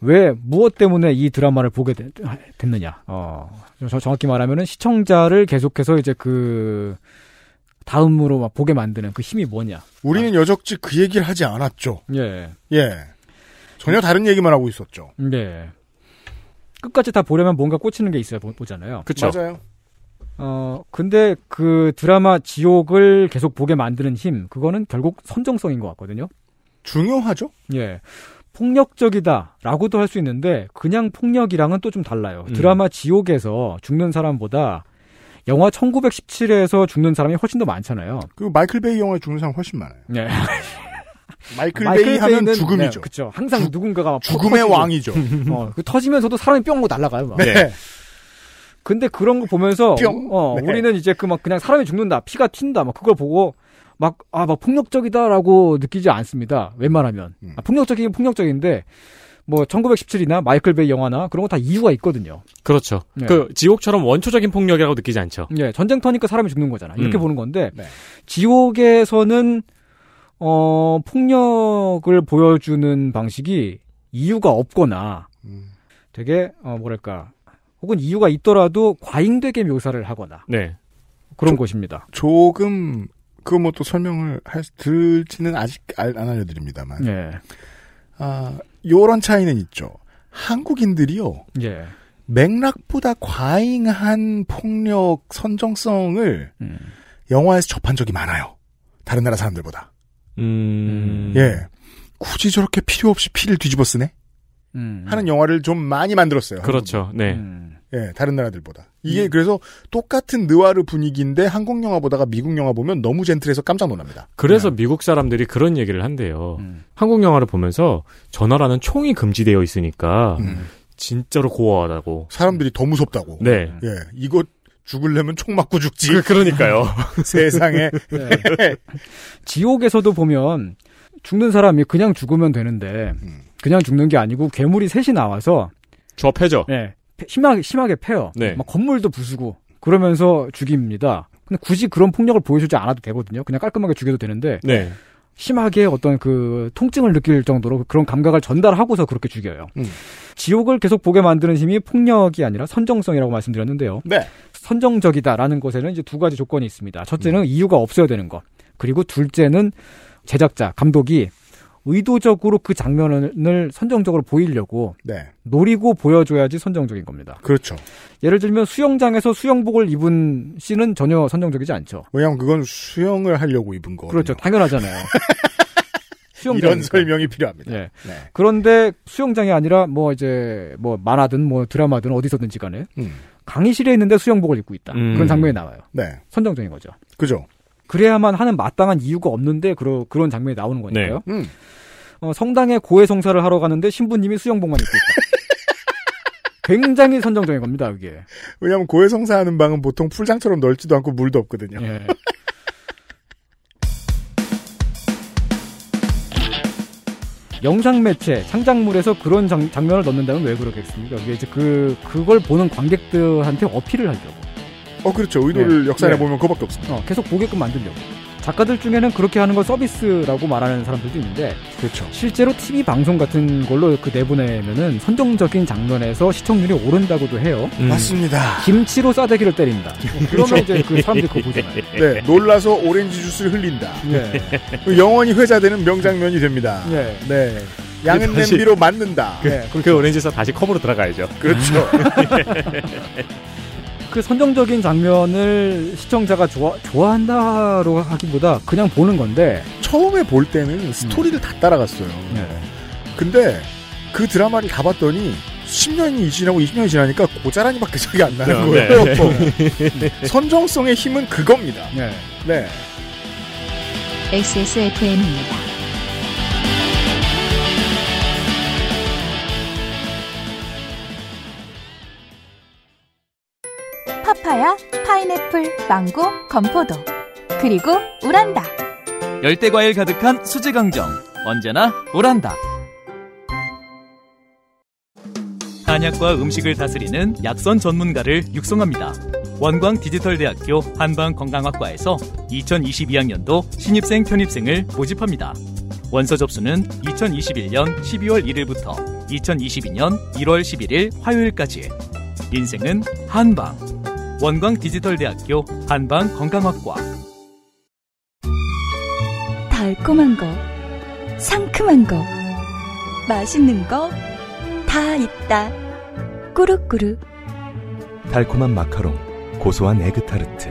왜 무엇 때문에 이 드라마를 보게 됐, 느냐 어. 저- 정확히 말하면은 시청자를 계속해서 이제 그 다음으로 막 보게 만드는 그 힘이 뭐냐.
우리는 여적지 그 얘기를 하지 않았죠.
예.
예. 전혀 다른 얘기만 하고 있었죠.
네. 끝까지 다 보려면 뭔가 꽂히는 게 있어야 보- 보잖아요.
그쵸.
맞아요.
어, 근데 그 드라마 지옥을 계속 보게 만드는 힘, 그거는 결국 선정성인 것 같거든요.
중요하죠?
예. 폭력적이다라고도 할 수 있는데, 그냥 폭력이랑은 또 좀 달라요.
음.
드라마 지옥에서 죽는 사람보다 영화 1917에서 죽는 사람이 훨씬 더 많잖아요.
그 마이클 베이 영화에 죽는 사람 훨씬 많아요.
예. 네,
마이클, 네. 그 베이 네, 하면 죽음이죠.
그쵸. 항상 누군가가 막
죽음의
터지고,
왕이죠.
어, 그 터지면서도 사람이 뿅 하고 날아가요. 막.
네.
근데 그런 거 보면서
뿅.
어,
네.
우리는 이제 그 막 그냥 사람이 죽는다, 피가 튄다, 막 그걸 보고 막 아 막 폭력적이다라고 느끼지 않습니다. 웬만하면
음.
아, 폭력적이긴 폭력적인데 뭐 1917이나 마이클 베이 영화나 그런 거 다 이유가 있거든요.
그렇죠.
네.
그 지옥처럼 원초적인 폭력이라고 느끼지 않죠.
예, 전쟁터니까 사람이 죽는 거잖아. 이렇게
음.
보는 건데
네.
지옥에서는 어 폭력을 보여주는 방식이 이유가 없거나
음.
되게 어 뭐랄까 혹은 이유가 있더라도 과잉되게 묘사를 하거나
네.
그런 것입니다.
조금 그거 뭐 또 설명을 할 수- 들지는 아직 알- 안 알려드립니다만
예.
아 요런 차이는 있죠 한국인들이요
예.
맥락보다 과잉한 폭력 선정성을 영화에서 접한 적이 많아요 다른 나라 사람들보다
음.
예 굳이 저렇게 필요 없이 피를 뒤집어 쓰네
음.
하는 영화를 좀 많이 만들었어요
그렇죠. 음. 네.
음.
예 다른 나라들보다 이게 그래서 똑같은 느와르 분위기인데 한국 영화 보다가 미국 영화 보면 너무 젠틀해서 깜짝 놀랍니다
그래서 미국 사람들이 그런 얘기를 한대요.
음.
한국 영화를 보면서 전화라는 총이 금지되어 있으니까
음.
진짜로 고어하다고.
사람들이 더 무섭다고
네.
예, 이거 죽을려면 총 맞고 죽지.
그, 그러니까요.
세상에.
네. 지옥에서도 보면 죽는 사람이 그냥 죽으면 되는데
음.
그냥 죽는 게 아니고 괴물이 셋이 나와서
조패죠.
예, 패- 심하게 심하게 패요.
네.
막 건물도 부수고 그러면서 죽입니다. 근데 굳이 그런 폭력을 보여주지 않아도 되거든요. 그냥 깔끔하게 죽여도 되는데
네.
심하게 어떤 그 통증을 느낄 정도로 그런 감각을 전달하고서 그렇게 죽여요.
음.
지옥을 계속 보게 만드는 힘이 폭력이 아니라 선정성이라고 말씀드렸는데요.
네.
선정적이다라는 것에는 이제 두 가지 조건이 있습니다. 첫째는 이유가 없어야 되는 것. 그리고 둘째는 제작자, 감독이 의도적으로 그 장면을 선정적으로 보이려고
네.
노리고 보여줘야지 선정적인 겁니다.
그렇죠.
예를 들면 수영장에서 수영복을 입은 씬은 전혀 선정적이지 않죠.
왜냐면 그건 수영을 하려고 입은 거.
그렇죠. 당연하잖아요. 수영장.
이런 설명이 필요합니다.
예.
네.
그런데 수영장이 아니라 뭐 이제 뭐 만화든 뭐 드라마든 어디서든지 간에
음.
강의실에 있는데 수영복을 입고 있다.
음.
그런 장면이 나와요.
네.
선정적인 거죠.
그죠.
그래야만 하는 마땅한 이유가 없는데 그러, 그런 장면이 나오는 거니까요.
음.
어, 성당에 고해성사를 하러 가는데 신부님이 수영복만 입고 있다. 굉장히 선정적인 겁니다, 이게.
왜냐면 하 고해성사 하는 방은 보통 풀장처럼 넓지도 않고 물도 없거든요.
예. 영상 매체, 창작물에서 그런 장, 면을 넣는다면 왜 그러겠습니까? 이게 이제 그, 그걸 보는 관객들한테 어필을 하려고.
어, 그렇죠. 의도를
예.
역사에
예.
보면 그거밖에 없습니다.
어, 계속 보게끔 만들려고. 작가들 중에는 그렇게 하는 걸 서비스라고 말하는 사람들도 있는데,
그렇죠.
실제로 TV 방송 같은 걸로 그 내보내면은 선정적인 장면에서 시청률이 오른다고도 해요.
음.
맞습니다.
김치로 싸대기를 때린다. 그러면 이제
그렇죠.
그 사람들이 그거 보잖아요.
네. 놀라서 오렌지 주스를 흘린다.
예.
그 영원히 회자되는 명장면이 됩니다.
예.
네. 양은
다시-
냄비로 맞는다.
네.
그, 그 오렌지에서 다시 컵으로 들어가야죠.
그렇죠.
그 선정적인 장면을 시청자가 좋아, 좋아한다로 하기보다 그냥 보는 건데.
처음에 볼 때는 스토리를 다 따라갔어요.
예.
근데 그 드라마를 다 봤더니 10년이 지나고 20년이 지나니까 고자란이밖에 생각이 안 나는
네,
거예요. 뭐 선정성의 힘은 그겁니다.
예.
네.
XSFM입니다.
파파야, 파인애플, 망고, 건포도. 그리고 우란다.
열대 과일 가득한 수제 강정 언제나 오란다. 한약과 음식을 다스리는 약선 전문가를 육성합니다. 원광 디지털대학교 한방건강학과에서 2022학년도 신입생 편입생을 모집합니다. 원서 접수는 2021년 12월 1일부터 2022년 1월 11일 화요일까지. 인생은 한방. 원광 디지털대학교 한방건강학과.
달콤한 거, 상큼한 거, 맛있는 거, 다 있다. 꾸룩꾸룩.
달콤한 마카롱, 고소한 에그타르트.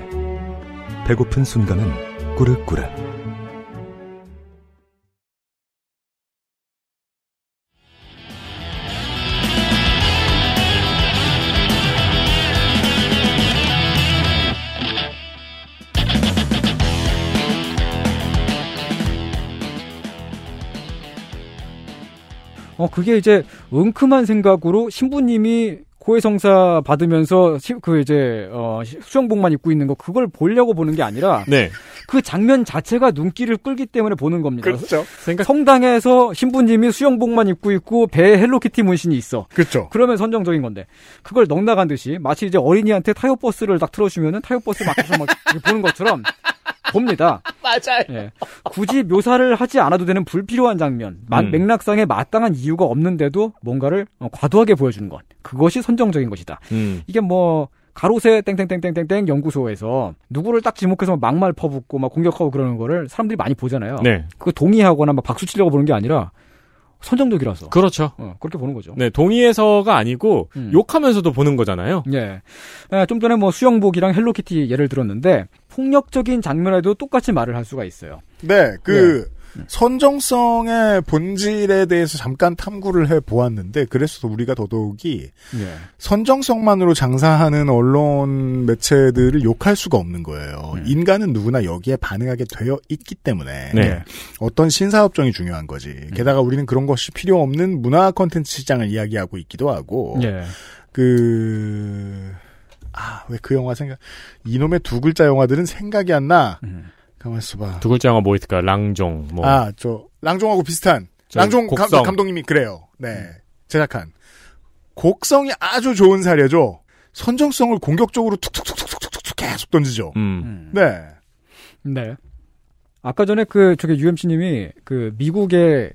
배고픈 순간은 꾸르꾸르.
어, 그게 이제 은큼한 생각으로 신부님이 고해성사 받으면서 시- 그 이제, 어, 시- 수영복만 입고 있는 거 그걸 보려고 보는 게 아니라
네.
그 장면 자체가 눈길을 끌기 때문에 보는 겁니다.
그렇죠.
생각
성당에서 신부님이 수영복만 입고 있고 배에 헬로키티 문신이 있어.
그렇죠.
그러면 선정적인 건데 그걸 넉나간 듯이 마치 이제 어린이한테 타요 버스를 딱 틀어주면은 타요 버스 막혀서 막 이렇게 보는 것처럼 봅니다. 맞아요. 굳이 묘사를 하지 않아도 되는 불필요한 장면, 마-
음.
맥락상에 마땅한 이유가 없는데도 뭔가를 어, 과도하게 보여주는 것 그것이 선정적인 것이다.
음.
이게 뭐 가로세 땡땡땡땡땡땡 연구소에서 누구를 딱 지목해서 막 막말 퍼붓고 막 공격하고 그러는 거를 사람들이 많이 보잖아요.
네.
그거 동의하거나 막 박수 치려고 보는 게 아니라 선정적이라서
그렇죠.
어, 그렇게 보는 거죠.
네, 동의해서가 아니고
음.
욕하면서도 보는 거잖아요.
예. 아, 좀 전에 뭐 수영복이랑 헬로키티 예를 들었는데 폭력적인 장면에도 똑같이 말을 할 수가 있어요.
네. 그 선정성의 본질에 대해서 잠깐 탐구를 해 보았는데 그래서 우리가 더더욱이
예.
선정성만으로 장사하는 언론 매체들을 욕할 수가 없는 거예요.
음.
인간은 누구나 여기에 반응하게 되어 있기 때문에
네. 음.
어떤 신사업종이 중요한 거지. 게다가 우리는 그런 것이 필요 없는 문화 콘텐츠 시장을 이야기하고 있기도 하고
어.
예.
그... 아, 왜 그 영화 생각, 이놈의 두 글자 영화들은 생각이 안 나.
음.
가만있어 봐.
두 글자 영화 뭐 있을까? 랑종 뭐.
아, 저, 랑종하고 비슷한.
저
랑종 감,
곡성.
감독님이 그래요. 네.
음.
제작한. 곡성이 아주 좋은 사례죠. 선정성을 공격적으로 툭툭툭툭툭툭 계속 던지죠.
음.
네.
네. 아까 전에 그 저기 UMC님이 그 미국의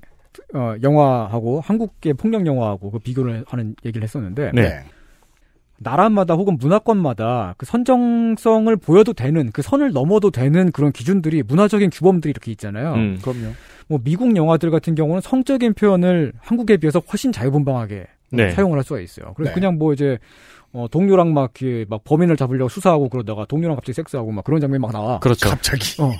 어, 영화하고 한국의 폭력 영화하고 그 비교를 하는 얘기를 했었는데
네.
나라마다 혹은 문화권마다 그 선정성을 보여도 되는 그 선을 넘어도 되는 그런 기준들이 문화적인 규범들이 이렇게 있잖아요.
음.
그럼요.
뭐 미국 영화들 같은 경우는 성적인 표현을 한국에 비해서 훨씬 자유분방하게
네.
음, 사용을 할 수가 있어요. 그래서
네. 그냥
그냥 뭐 이제 동료랑 막 범인을 잡으려고 수사하고 그러다가 동료랑 갑자기 섹스하고 막 그런 장면이 막 나와.
그렇죠.
갑자기.
어.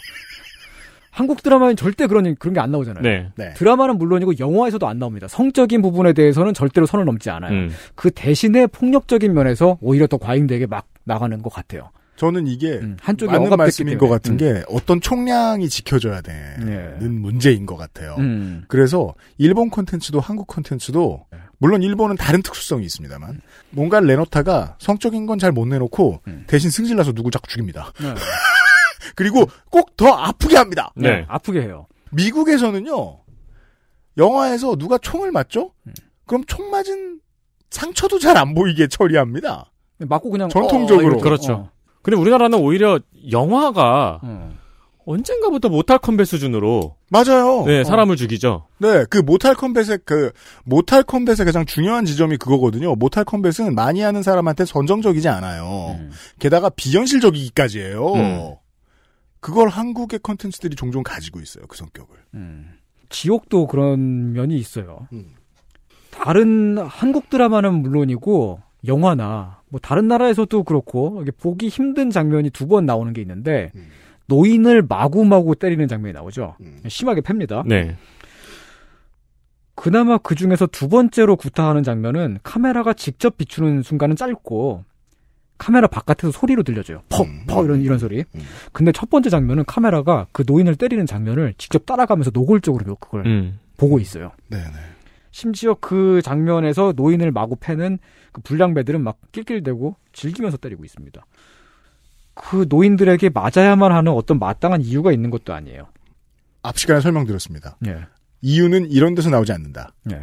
한국 드라마는 절대 그런 그런 게 안 나오잖아요.
네.
네.
드라마는 물론이고 영화에서도 안 나옵니다. 성적인 부분에 대해서는 절대로 선을 넘지 않아요.
음.
그 대신에 폭력적인 면에서 오히려 더 과잉되게 막 나가는 것 같아요.
저는 이게
음, 한쪽이
네. 맞는
억압됐기
말씀인 것
때문에.
같은
음.
게 어떤 총량이 지켜져야 되는
예.
문제인 것 같아요.
음.
그래서 일본 콘텐츠도 한국 콘텐츠도
네.
물론 일본은 다른 특수성이 있습니다만 뭔가 레노타가 성적인 건 잘 못 내놓고
음.
대신 승질나서 누구 자꾸 죽입니다.
네. 음.
그리고 꼭 더 아프게 합니다.
네.
아프게 해요.
미국에서는요 영화에서 누가 총을 맞죠? 그럼 총 맞은 상처도 잘 안 보이게 처리합니다.
맞고 그냥 어,
전통적으로.
이러죠.
그렇죠. 근데 우리나라는 오히려 영화가
어. 어.
언젠가부터 모탈 컴뱃 수준으로
맞아요.
네,
어.
사람을 죽이죠.
네, 그 모탈 컴뱃의 그 모탈 컴뱃의 가장 중요한 지점이 그거거든요. 모탈 컴뱃은 많이 하는 사람한테 선정적이지 않아요.
음.
게다가 비현실적이기까지예요.
음.
그걸 한국의 컨텐츠들이 종종 가지고 있어요. 그 성격을.
음. 지옥도 그런 면이 있어요.
음.
다른 한국 드라마는 물론이고 영화나 뭐 다른 나라에서도 그렇고 이게 보기 힘든 장면이 두 번 나오는 게 있는데
음.
노인을 마구마구 때리는 장면이 나오죠.
음.
심하게 팹니다.
네.
그나마 그 중에서 두 번째로 구타하는 장면은 카메라가 직접 비추는 순간은 짧고 카메라 바깥에서 소리로 들려줘요. 퍽,
음.
퍽 이런 이런 소리.
음.
근데 첫 번째 장면은 카메라가 그 노인을 때리는 장면을 직접 따라가면서 노골적으로 그걸
음.
보고 있어요.
네, 네.
심지어 그 장면에서 노인을 마구 패는 그 불량배들은 막 낄낄대고 즐기면서 때리고 있습니다. 그 노인들에게 맞아야만 하는 어떤 마땅한 이유가 있는 것도 아니에요.
앞 시간에 설명드렸습니다.
예.
이유는 이런 데서 나오지 않는다.
예.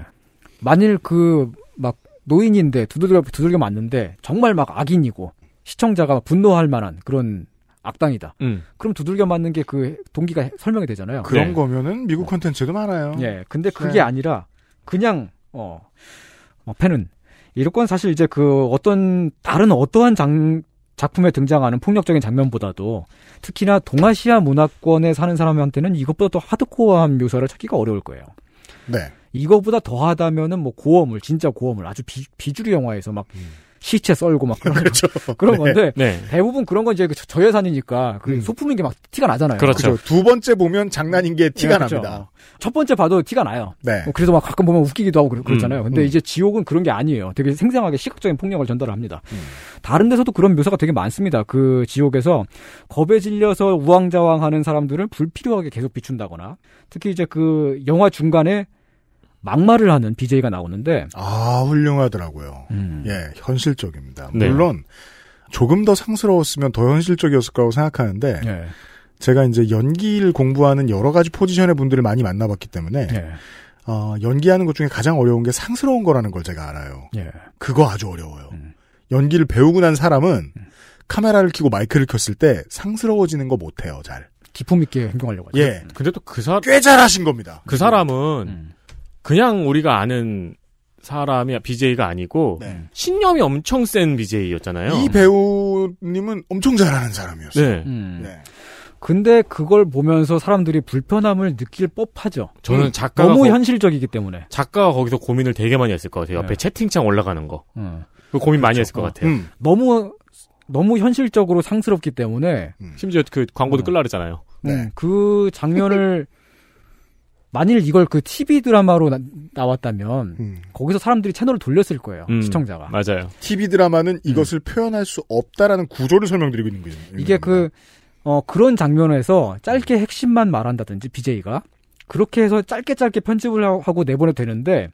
만일 그 막 노인인데 두들겨 두들겨 맞는데 정말 막 악인이고 시청자가 분노할 만한 그런 악당이다.
음.
그럼 두들겨 맞는 게 그 동기가 설명이 되잖아요.
그런
네.
거면은 미국 콘텐츠에도 많아요.
예. 근데 그게
네.
아니라 그냥 어, 어 팬은 이럴 건 사실 이제 그 어떤 다른 어떠한 장 작품에 등장하는 폭력적인 장면보다도 특히나 동아시아 문화권에 사는 사람한테는 이것보다 더 하드코어한 묘사를 찾기가 어려울 거예요.
네.
이거보다 더하다면은 뭐 고어물 진짜 고어물 아주 비, 비주류 영화에서 막 시체 썰고 막 그런
그렇죠.
그런 건데
음. 네.
대부분 그런 건 이제 그 저- 저예산이니까 그
음.
소품인 게 막 티가 나잖아요.
그렇죠.
그죠. 두 번째 보면 장난인 게 티가
예, 그렇죠.
납니다.
첫 번째 봐도 티가 나요.
네.
뭐 그래서 막 가끔 보면 웃기기도 하고 그렇- 그렇잖아요. 근데
음.
이제 지옥은 그런 게 아니에요. 되게 생생하게 시각적인 폭력을 전달합니다. 다른 데서도 그런 묘사가 되게 많습니다. 그 지옥에서 겁에 질려서 우왕좌왕하는 사람들을 불필요하게 계속 비춘다거나 특히 이제 그 영화 중간에 막말을 하는 BJ가 나오는데
아, 훌륭하더라고요.
음.
예, 현실적입니다.
네.
물론 조금 더 상스러웠으면 더 현실적이었을 거라고 생각하는데
예.
제가 이제 연기를 공부하는 여러 가지 포지션의 분들을 많이 만나봤기 때문에
예.
어, 연기하는 것 중에 가장 어려운 게 상스러운 거라는 걸 제가 알아요.
예.
그거 아주 어려워요.
음.
연기를 배우고 난 사람은 카메라를 켜고 마이크를 켰을 때 상스러워지는 거 못해요. 잘.
기품 있게 행동하려고 하죠.
예,
근데 또 그 사람
꽤 잘하신 겁니다.
그 사람은
음.
그냥 우리가 아는 사람이 BJ가 아니고
네.
신념이 엄청 센 BJ였잖아요.
이 배우님은 엄청 잘하는 사람이었어요.
네.
음.
네.
근데 그걸 보면서 사람들이 불편함을 느낄 법하죠.
저는 작가가 뭐-
너무
거-
현실적이기 때문에.
작가가 거기서 고민을 되게 많이 했을 것 같아요. 옆에
네. 어.
채팅창 올라가는 거.
음.
그 고민 많이 했을 것 같아요.
음.
너무 너무 현실적으로 상스럽기 때문에
심지어 그 광고도
음.
끌라 그랬잖아요.
네.
음, 그 장면을 만일 이걸 그 TV 드라마로 나, 왔다면
음.
거기서 사람들이 채널을 돌렸을 거예요.
음.
시청자가.
맞아요.
TV 드라마는 이것을 표현할 수 없다라는 구조를 설명드리고 있는 거예요.
이게 그, 어, 그런 장면에서 짧게 핵심만 말한다든지, BJ가. 그렇게 해서 짧게 짧게 편집을 하- 하고 내보내 되는데,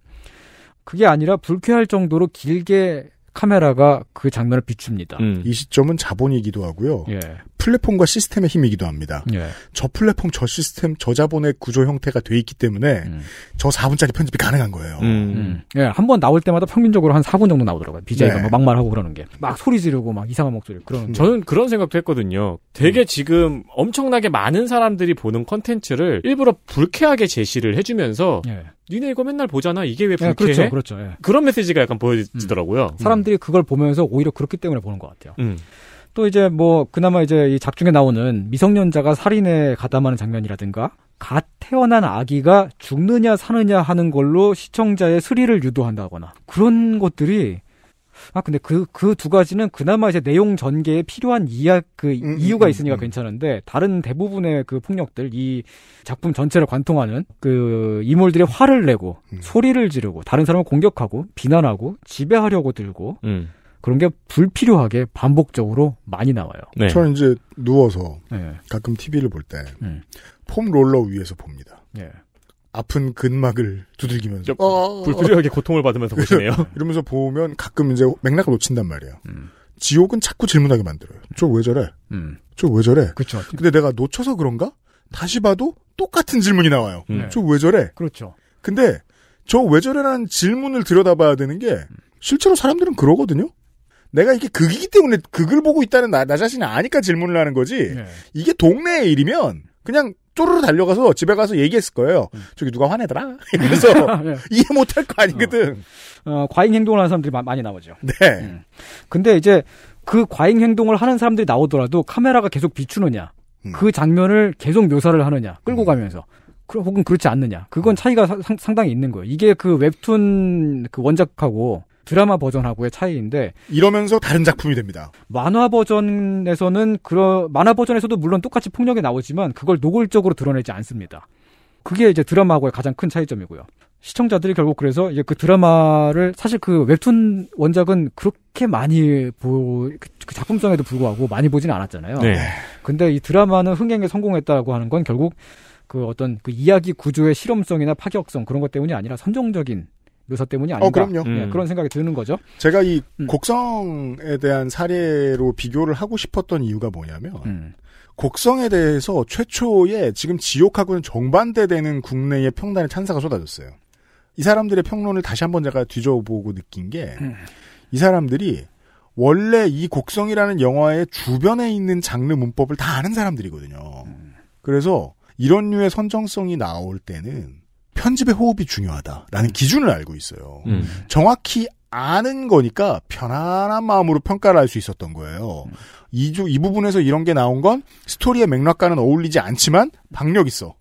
그게 아니라 불쾌할 정도로 길게 카메라가 그 장면을 비춥니다.
음.
이 시점은 자본이기도 하고요.
예.
플랫폼과 시스템의 힘이기도 합니다.
예.
저 플랫폼, 저 시스템, 저 자본의 구조 형태가 돼 있기 때문에
음.
저 4분짜리 편집이 가능한 거예요.
음.
음. 예, 한 번 나올 때마다 평균적으로 한 4분 정도 나오더라고요. BJ가
네.
막 막말하고 그러는 게. 음. 막 소리 지르고 막 이상한 목소리 그러는 거.
저는 그런 생각도 했거든요.
음.
되게 지금 엄청나게 많은 사람들이 보는 컨텐츠를 일부러 불쾌하게 제시를 해주면서
예.
니네 이거 맨날 보잖아. 이게 왜
예,
불쾌해?
그렇죠. 그렇죠. 예.
그런 메시지가 약간 보여지더라고요.
사람들이 그걸 보면서 오히려 그렇기 때문에 보는 것 같아요.
음.
또 이제 뭐 그나마 이제 이 작중에 나오는 미성년자가 살인에 가담하는 장면이라든가 갓 태어난 아기가 죽느냐 사느냐 하는 걸로 시청자의 스릴을 유도한다거나 그런 것들이 아 근데 그 그 두 가지는 그나마 이제 내용 전개에 필요한 이야 그
음,
이유가
음,
있으니까
음.
괜찮은데 다른 대부분의 그 폭력들 이 작품 전체를 관통하는 그 인물들이 화를 내고
음.
소리를 지르고 다른 사람을 공격하고 비난하고 지배하려고 들고
음.
그런 게 불필요하게 반복적으로 많이 나와요.
네.
저는 이제 누워서
예.
가끔 TV를 볼 때 폼
음.
롤러 위에서 봅니다.
예.
아픈 근막을 두들기면서
옆- 불필요하게 고통을 받으면서 보시네요.
이러면서 보면 가끔 이제 맥락을 놓친단 말이에요. 지옥은 자꾸 질문하게 만들어요. 저 왜 저래?
음.
저 왜 저래?
그렇죠.
근데 내가 놓쳐서 그런가? 다시 봐도 똑같은 질문이 나와요.
음.
저 왜 저래?
네. 그렇죠.
근데 저 왜 저래라는 질문을 들여다봐야 되는 게 실제로 사람들은 그러거든요. 내가 이게 극이기 때문에 극을 보고 있다는 나, 나 자신이 아니까 질문을 하는 거지.
예.
이게 동네의 일이면 그냥 쪼르르 달려가서 집에 가서 얘기했을 거예요. 저기 누가 화내더라? 그래서
예.
이해 못할 거 아니거든.
어, 음. 과잉 행동을 하는 사람들이 마- 많이 나오죠.
네.
근데 이제 그 과잉 행동을 하는 사람들이 나오더라도 카메라가 계속 비추느냐,
음.
그 장면을 계속 묘사를 하느냐, 끌고 가면서. 그- 혹은 그렇지 않느냐. 그건 차이가 사- 상, 상당히 있는 거예요. 이게 그 웹툰 그 원작하고 드라마 버전하고의 차이인데
이러면서 다른 작품이 됩니다.
만화 버전에서는 그러 만화 버전에서도 물론 똑같이 폭력이 나오지만 그걸 노골적으로 드러내지 않습니다. 그게 이제 드라마하고의 가장 큰 차이점이고요. 시청자들이 결국 그래서 이제 그 드라마를 사실 그 웹툰 원작은 그렇게 많이 보, 그- 그 작품성에도 불구하고 많이 보지는 않았잖아요.
네.
근데 이 드라마는 흥행에 성공했다고 하는 건 결국 그 어떤 그 이야기 구조의 실험성이나 파격성 그런 것 때문이 아니라 선정적인 묘사 때문이 아닌가.
어, 그럼요.
예,
음.
그런 생각이 드는 거죠.
제가 이
음.
곡성에 대한 사례로 비교를 하고 싶었던 이유가 뭐냐면
음.
곡성에 대해서 최초의 지금 지옥하고는 정반대되는 국내의 평단의 찬사가 쏟아졌어요. 이 사람들의 평론을 다시 한번 제가 뒤져보고 느낀 게 이 사람들이 원래 이 곡성이라는 영화의 주변에 있는 장르 문법을 다 아는 사람들이거든요. 그래서 이런 류의 선정성이 나올 때는 편집의 호흡이 중요하다라는 기준을 알고 있어요.
음.
정확히 아는 거니까 편안한 마음으로 평가를 할 수 있었던 거예요. 이, 주- 이 부분에서 이런 게 나온 건 스토리의 맥락과는 어울리지 않지만 박력 있어.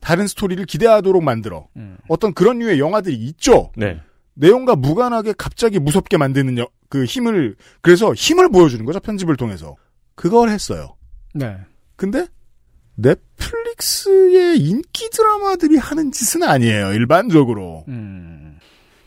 다른 스토리를 기대하도록 만들어.
음.
어떤 그런 류의 영화들이 있죠.
네.
내용과 무관하게 갑자기 무섭게 만드는 여- 그 힘을 그래서 힘을 보여주는 거죠 편집을 통해서 그걸 했어요.
네.
근데 넷플릭스의 인기 드라마들이 하는 짓은 아니에요 일반적으로.
음.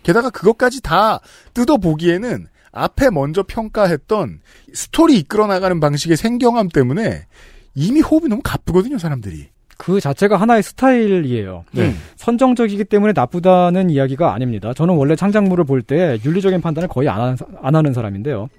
게다가 그것까지 다 뜯어보기에는 앞에 먼저 평가했던 스토리 이끌어 나가는 방식의 생경함 때문에 이미 호흡이 너무 가쁘거든요, 사람들이.
그 자체가 하나의 스타일이에요.
음.
네.
선정적이기 때문에 나쁘다는 이야기가 아닙니다. 저는 원래 창작물을 볼 때 윤리적인 판단을 거의 안 하는, 사- 안 하는 사람인데요.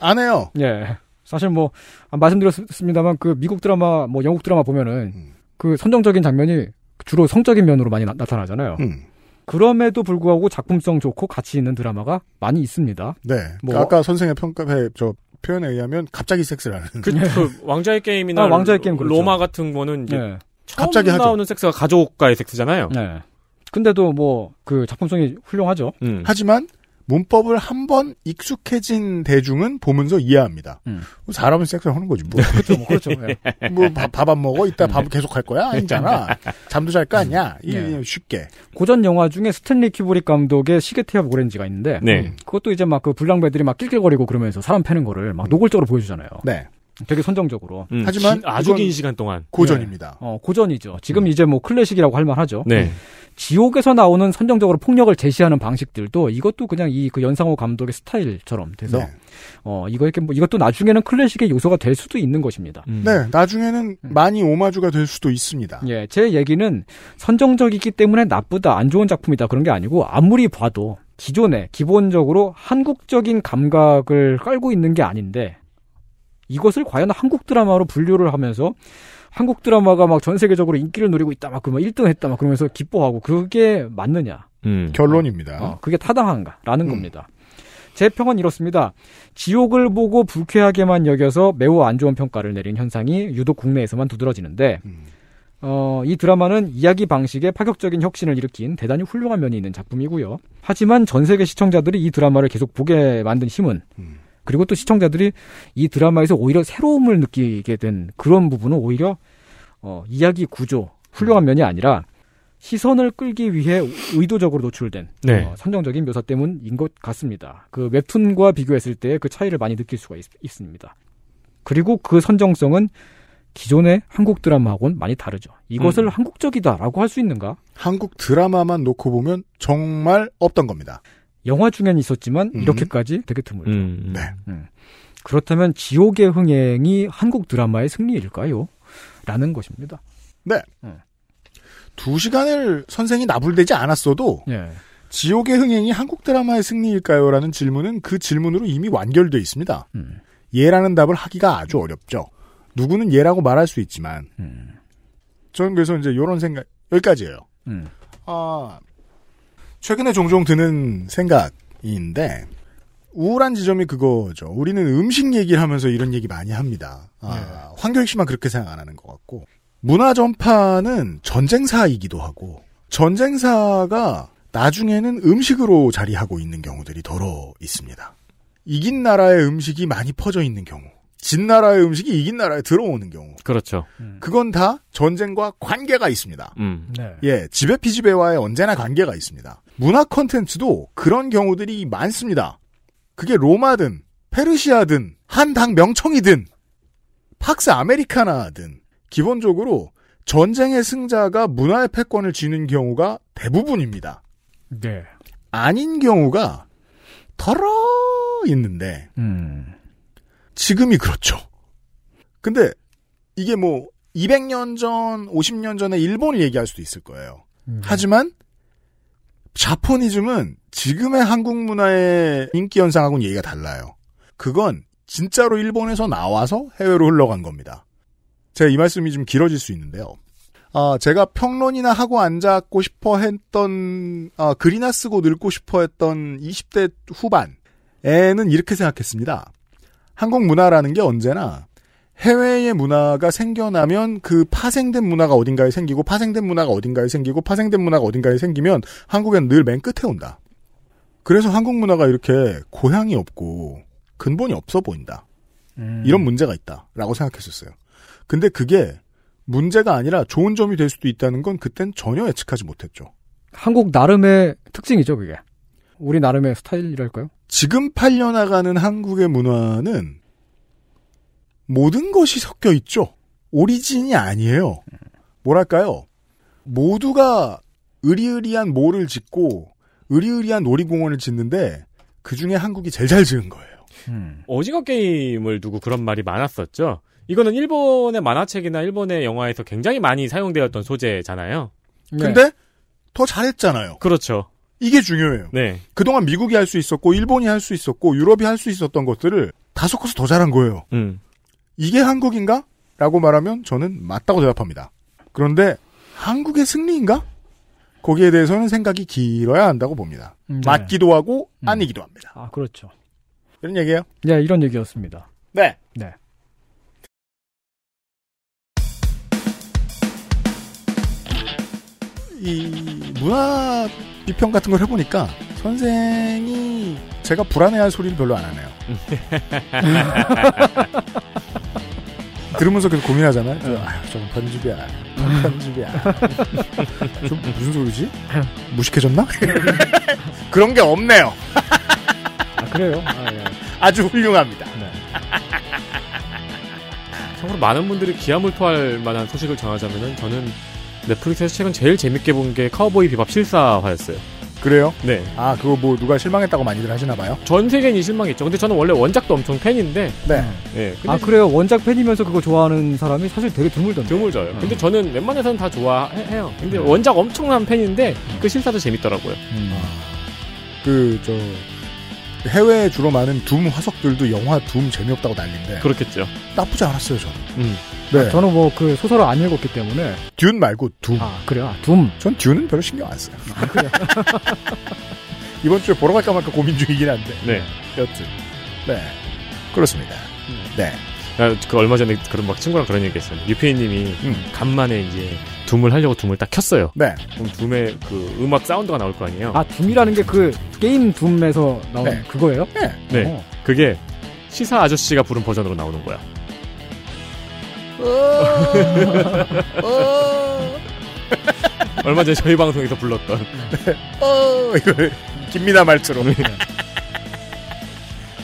안 해요.
예. 사실 뭐 아, 말씀드렸습니다만 그 미국 드라마 뭐 영국 드라마 보면은
음.
그 선정적인 장면이 주로 성적인 면으로 많이 나, 타나잖아요
음,
그럼에도 불구하고 작품성 좋고 가치 있는 드라마가 많이 있습니다.
네.
뭐-
아까 선생의 평가에 저 표현에 의하면 갑자기 섹스라는.
음.
그, 그 왕자의 게임이나
아, 왕자의 게임 그렇죠.
로마 같은 거는 이제
예.
처음
갑자기 하죠. 네.
나오는 섹스가 가족과의 섹스잖아요.
예. 근데도 뭐 그 작품성이 훌륭하죠.
음.
하지만 문법을 한번 익숙해진 대중은 보면서 이해합니다. 뭐
음.
사람은 섹스를 하는 거지. 뭐,
그렇죠. 뭐 그렇죠. 예.
뭐밥 안 먹어? 이따 밥 계속 할 거야? 아니잖아. 잠도 잘 거 아니야? 이-
네.
쉽게.
고전 영화 중에 스탠리 큐브릭 감독의 시계태엽 오렌지가 있는데
음.
네.
그것도 이제 막 그 불량배들이 막 낄낄거리고 그러면서 사람 패는 거를 막 노골적으로 보여주잖아요.
네.
되게 선정적으로.
음.
하지만
긴- 아주 긴
이건-
시간 동안.
고전입니다.
어, 고전이죠.
음.
지금 이제 뭐 클래식이라고 할
어?
만하죠.
네.
지옥에서 나오는 선정적으로 폭력을 제시하는 방식들도 이것도 그냥 이 그 연상호 감독의 스타일처럼 돼서
네.
어, 이거 이렇게 뭐 이것도 나중에는 클래식의 요소가 될 수도 있는 것입니다.
음.
네, 나중에는
음.
많이 오마주가 될 수도 있습니다.
예, 제 얘기는 선정적이기 때문에 나쁘다, 안 좋은 작품이다 그런 게 아니고 아무리 봐도 기존에 기본적으로 한국적인 감각을 깔고 있는 게 아닌데 이것을 과연 한국 드라마로 분류를 하면서 한국 드라마가 막 전 세계적으로 인기를 누리고 있다 막 그러면 1등 했다 막 그러면서 기뻐하고 그게 맞느냐.
음.
결론입니다.
어, 그게 타당한가라는
아. 음.
겁니다. 제 평은 이렇습니다. 지옥을 보고 불쾌하게만 여겨서 매우 안 좋은 평가를 내린 현상이 유독 국내에서만 두드러지는데
음.
어, 이 드라마는 이야기 방식에 파격적인 혁신을 일으킨 대단히 훌륭한 면이 있는 작품이고요. 하지만 전 세계 시청자들이 이 드라마를 계속 보게 만든 힘은
음.
그리고 또 시청자들이 이 드라마에서 오히려 새로움을 느끼게 된 그런 부분은 오히려 어, 이야기 구조 훌륭한 면이 아니라 시선을 끌기 위해 의도적으로 노출된
네.
어, 선정적인 묘사 때문인 것 같습니다. 그 웹툰과 비교했을 때 그 차이를 많이 느낄 수가 있, 습니다 그리고 그 선정성은 기존의 한국 드라마하고는 많이 다르죠. 이것을
음.
한국적이다라고 할 수 있는가?
한국 드라마만 놓고 보면 정말 없던 겁니다.
영화 중엔 있었지만
음.
이렇게까지 되게 드물죠.
음.
네.
그렇다면 지옥의 흥행이 한국 드라마의 승리일까요? 라는 것입니다.
두 시간을 선생이 나불대지 않았어도
예.
지옥의 흥행이 한국 드라마의 승리일까요?라는 질문은 그 질문으로 이미 완결돼 있습니다.
음.
예라는 답을 하기가 아주 어렵죠. 누구는 예라고 말할 수 있지만
음.
저는 그래서 이제 이런 생각 여기까지예요.
음.
아, 최근에 종종 드는 생각인데, 우울한 지점이 그거죠. 우리는 음식 얘기를 하면서 이런 얘기 많이 합니다. 아, 황교익 씨만 그렇게 생각 안 하는 것 같고. 문화 전파는 전쟁사이기도 하고, 전쟁사가 나중에는 음식으로 자리하고 있는 경우들이 더러 있습니다. 이긴 나라의 음식이 많이 퍼져 있는 경우, 진 나라의 음식이 이긴 나라에 들어오는 경우,
그렇죠.
그건 다 전쟁과 관계가 있습니다.
음.
네.
예, 지배 피지배와의 언제나 관계가 있습니다. 문화 콘텐츠도 그런 경우들이 많습니다. 그게 로마든 페르시아든 한 당 명청이든 팍스 아메리카나든 기본적으로 전쟁의 승자가 문화의 패권을 쥐는 경우가 대부분입니다.
네.
아닌 경우가 더러 있는데
음.
지금이 그렇죠. 근데 이게 뭐 200년 전, 50년 전에 일본을 얘기할 수도 있을 거예요.
음.
하지만 자포니즘은 지금의 한국 문화의 인기 현상하고는 얘기가 달라요. 그건 진짜로 일본에서 나와서 해외로 흘러간 겁니다. 제가 이 말씀이 좀 길어질 수 있는데요. 아, 제가 평론이나 하고 앉았고 싶어 했던, 아, 글이나 쓰고 늙고 싶어 했던 20대 후반에는 이렇게 생각했습니다. 한국 문화라는 게 언제나 해외의 문화가 생겨나면 그 파생된 문화가 어딘가에 생기고 파생된 문화가 어딘가에 생기고 파생된 문화가 어딘가에 생기면 한국엔 늘 맨 끝에 온다. 그래서 한국 문화가 이렇게 고향이 없고 근본이 없어 보인다.
음.
이런 문제가 있다라고 생각했었어요. 근데 그게 문제가 아니라 좋은 점이 될 수도 있다는 건 그땐 전혀 예측하지 못했죠.
한국 나름의 특징이죠, 그게. 우리 나름의 스타일이랄까요?
지금 팔려나가는 한국의 문화는 모든 것이 섞여 있죠. 오리진이 아니에요. 뭐랄까요? 모두가 으리으리한 모를 짓고 으리으리한 놀이공원을 짓는데 그 중에 한국이 제일 잘 지은 거예요.
음.
오징어 게임을 두고 그런 말이 많았었죠. 이거는 일본의 만화책이나 일본의 영화에서 굉장히 많이 사용되었던 소재잖아요.
네.
근데 더 잘했잖아요.
그렇죠.
이게 중요해요.
네.
그동안 미국이 할 수 있었고 일본이 할 수 있었고 유럽이 할 수 있었던 것들을 다 섞어서 더 잘한 거예요.
음.
이게 한국인가? 라고 말하면 저는 맞다고 대답합니다. 그런데 한국의 승리인가? 거기에 대해서는 생각이 길어야 한다고 봅니다.
네.
맞기도 하고
음.
아니기도 합니다.
아, 그렇죠.
이런 얘기예요.
네, 이런 얘기였습니다.
네.
네.
이 문화 비평 같은 걸 해보니까 선생이 제가 불안해할 소리를 별로 안 하네요. 들으면서 계속 고민하잖아요. 저, 아유, 저건 편집이야. 편집이야. 저 무슨 소리지? 무식해졌나? 그런 게 없네요.
아, 그래요? 아, 예.
아주 훌륭합니다.
참고로 많은 분들이 기함을 토할 만한 소식을 전하자면은 저는 넷플릭스에서 최근 제일 재밌게 본 게 카우보이 비밥 실사화였어요.
그래요?
네.
아, 그거 뭐 누가 실망했다고 많이들 하시나 봐요.
전 세계인이 실망했죠. 근데 저는 원래 원작도 엄청 팬인데,
네.
예. 근데
아, 그래요? 원작 팬이면서 그거 좋아하는 사람이 사실 되게 드물던데.
드물져요. 근데
음.
저는 웬만해서는 다 좋아해요. 근데 원작
음.
엄청난 팬인데, 그 실사도 재밌더라고요.
그 저 아. 해외에 주로 많은 둠 화석들도 영화 둠 재미없다고 난린데
그렇겠죠.
나쁘지 않았어요 저는.
음.
네,
저는 뭐 그 소설을 안 읽었기 때문에
듄 말고 둠.
아 그래요. 아, 둠.
전 듀는 별로 신경 안 써요. 이번 주에 보러 갈까 말까 고민 중이긴 한데.
네.
여튼. 네. 그렇습니다. 네.
아, 그 얼마 전에 그런 막 친구랑 그런 얘기 했어요. 유피님이
음.
간만에 이제 둠을 하려고 둠을 딱 켰어요.
네.
그럼 둠의 그 음악 사운드가 나올 거 아니에요?
아 둠이라는 게 그 게임 둠에서 나온
네.
그거예요?
네.
어.
그게 시사 아저씨가 부른 버전으로 나오는 거야. 얼마 전에 저희 방송에서 불렀던
어, 이걸 김미나 말투로.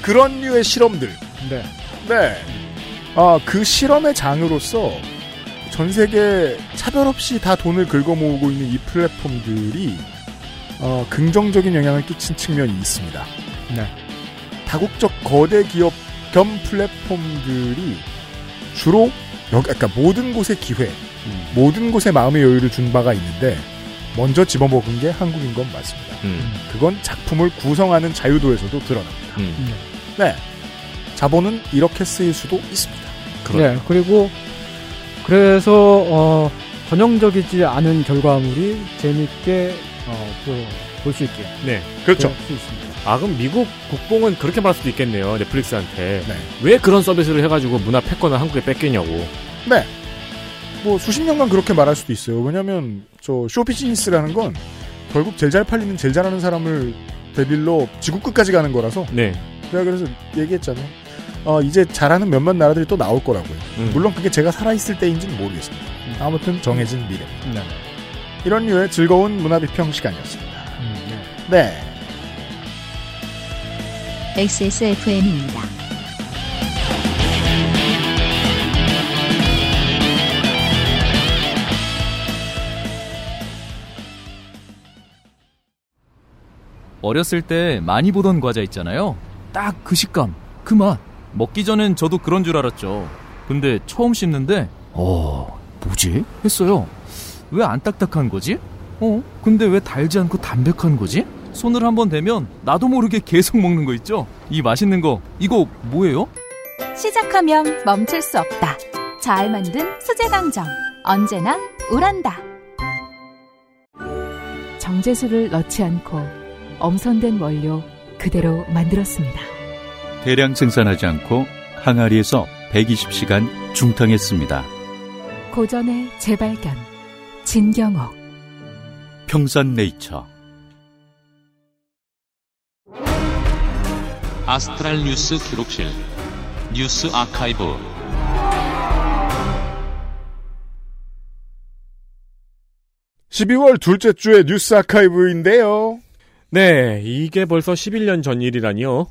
그런 류의 실험들.
네.
네. 아, 그 실험의 장으로서 전 세계 차별 없이 다 돈을 긁어 모으고 있는 이 플랫폼들이 어, 긍정적인 영향을 끼친 측면이 있습니다.
네.
다국적 거대 기업 겸 플랫폼들이 주로 여기 그러니까 모든 곳에 기회, 모든 곳에 마음의 여유를 준 바가 있는데 먼저 집어먹은 게 한국인 건 맞습니다. 그건 작품을 구성하는 자유도에서도 드러납니다.
음.
네. 자본은 이렇게 쓰일 수도 있습니다.
네. 그리고 그래서 어, 전형적이지 않은 결과물이 재밌게 어, 볼 수 있게
네.
그렇죠.
볼수 있습니다.
아 그럼 미국 국뽕은 그렇게 말할 수도 있겠네요. 넷플릭스한테
네.
왜 그런 서비스를 해가지고 문화 패권을 한국에 뺏기냐고.
뭐 수십 년간 그렇게 말할 수도 있어요. 왜냐하면 저 쇼비즈니스라는 건 결국 제일 잘 팔리는 제일 잘하는 사람을 데빌로 지구 끝까지 가는 거라서
네.
제가 그래서 얘기했잖아요. 어, 이제 잘하는 몇몇 나라들이 또 나올 거라고요.
음.
물론 그게 제가 살아있을 때인지는 모르겠습니다. 아무튼 정해진 미래.
네.
이런 류의 즐거운 문화 비평 시간이었습니다. 네.
XSFM입니다.
어렸을 때 많이 보던 과자 있잖아요. 딱 그 식감, 그 맛. 먹기 전엔 저도 그런 줄 알았죠. 근데 처음 씹는데, 어, 뭐지? 했어요. 왜 안 딱딱한 거지? 어, 근데 왜 달지 않고 담백한 거지? 손을 한번 대면 나도 모르게 계속 먹는 거 있죠? 이 맛있는 거, 이거 뭐예요?
시작하면 멈출 수 없다. 잘 만든 수제 강정. 언제나 우란다.
정제수를 넣지 않고 엄선된 원료 그대로 만들었습니다.
대량 생산하지 않고 항아리에서 120시간 중탕했습니다.
고전의 재발견 진경옥
평산네이처
아스트랄 뉴스 기록실 뉴스 아카이브
네. 12월 둘째 주의 뉴스 아카이브인데요.
네. 이게 벌써 11년 전 일이라니요.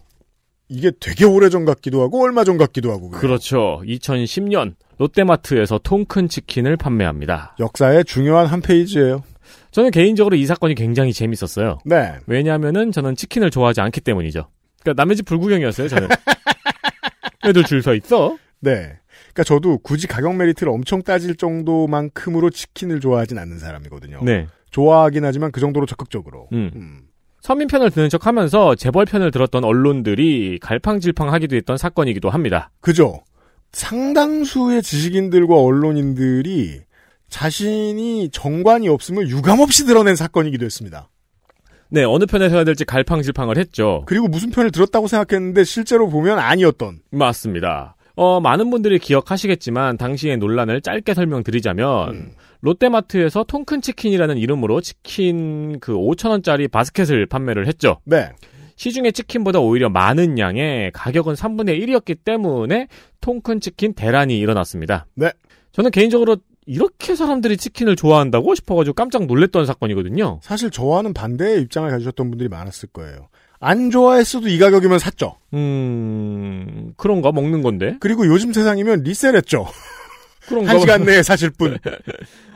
이게 되게 오래전 같기도 하고 얼마 전 같기도 하고 그래요.
그렇죠. 2010년 롯데마트에서 통큰 치킨을 판매합니다.
역사의 중요한 한 페이지예요.
저는 개인적으로 이 사건이 굉장히 재밌었어요.
네.
왜냐하면은 저는 치킨을 좋아하지 않기 때문이죠. 그러니까 남의 집 불구경이었어요. 저는. 애들 줄 서 있어.
네. 그러니까 저도 굳이 가격 메리트를 엄청 따질 정도만큼으로 치킨을 좋아하진 않는 사람이거든요.
네.
좋아하긴 하지만 그 정도로 적극적으로.
음.
음.
서민 편을 드는 척 하면서 재벌 편을 들었던 언론들이 갈팡질팡 하기도 했던 사건이기도 합니다.
그죠? 상당수의 지식인들과 언론인들이 자신이 정관이 없음을 유감없이 드러낸 사건이기도 했습니다.
네, 어느 편에 서야 될지 갈팡질팡을 했죠.
그리고 무슨 편을 들었다고 생각했는데 실제로 보면 아니었던.
맞습니다. 어, 많은 분들이 기억하시겠지만 당시의 논란을 짧게 설명드리자면
음.
롯데마트에서 통큰 치킨이라는 이름으로 치킨 그 5,000원짜리 바스켓을 판매를 했죠.
네.
시중의 치킨보다 오히려 많은 양에 가격은 3분의 1이었기 때문에 통큰 치킨 대란이 일어났습니다.
네.
저는 개인적으로 이렇게 사람들이 치킨을 좋아한다고 싶어가지고 깜짝 놀랬던 사건이거든요.
사실 저와는 반대의 입장을 가지셨던 분들이 많았을 거예요. 안 좋아했어도 이 가격이면 샀죠.
음, 그런가? 먹는 건데?
그리고 요즘 세상이면 리셀했죠.
그런가?
한 시간 내에 사실 뿐.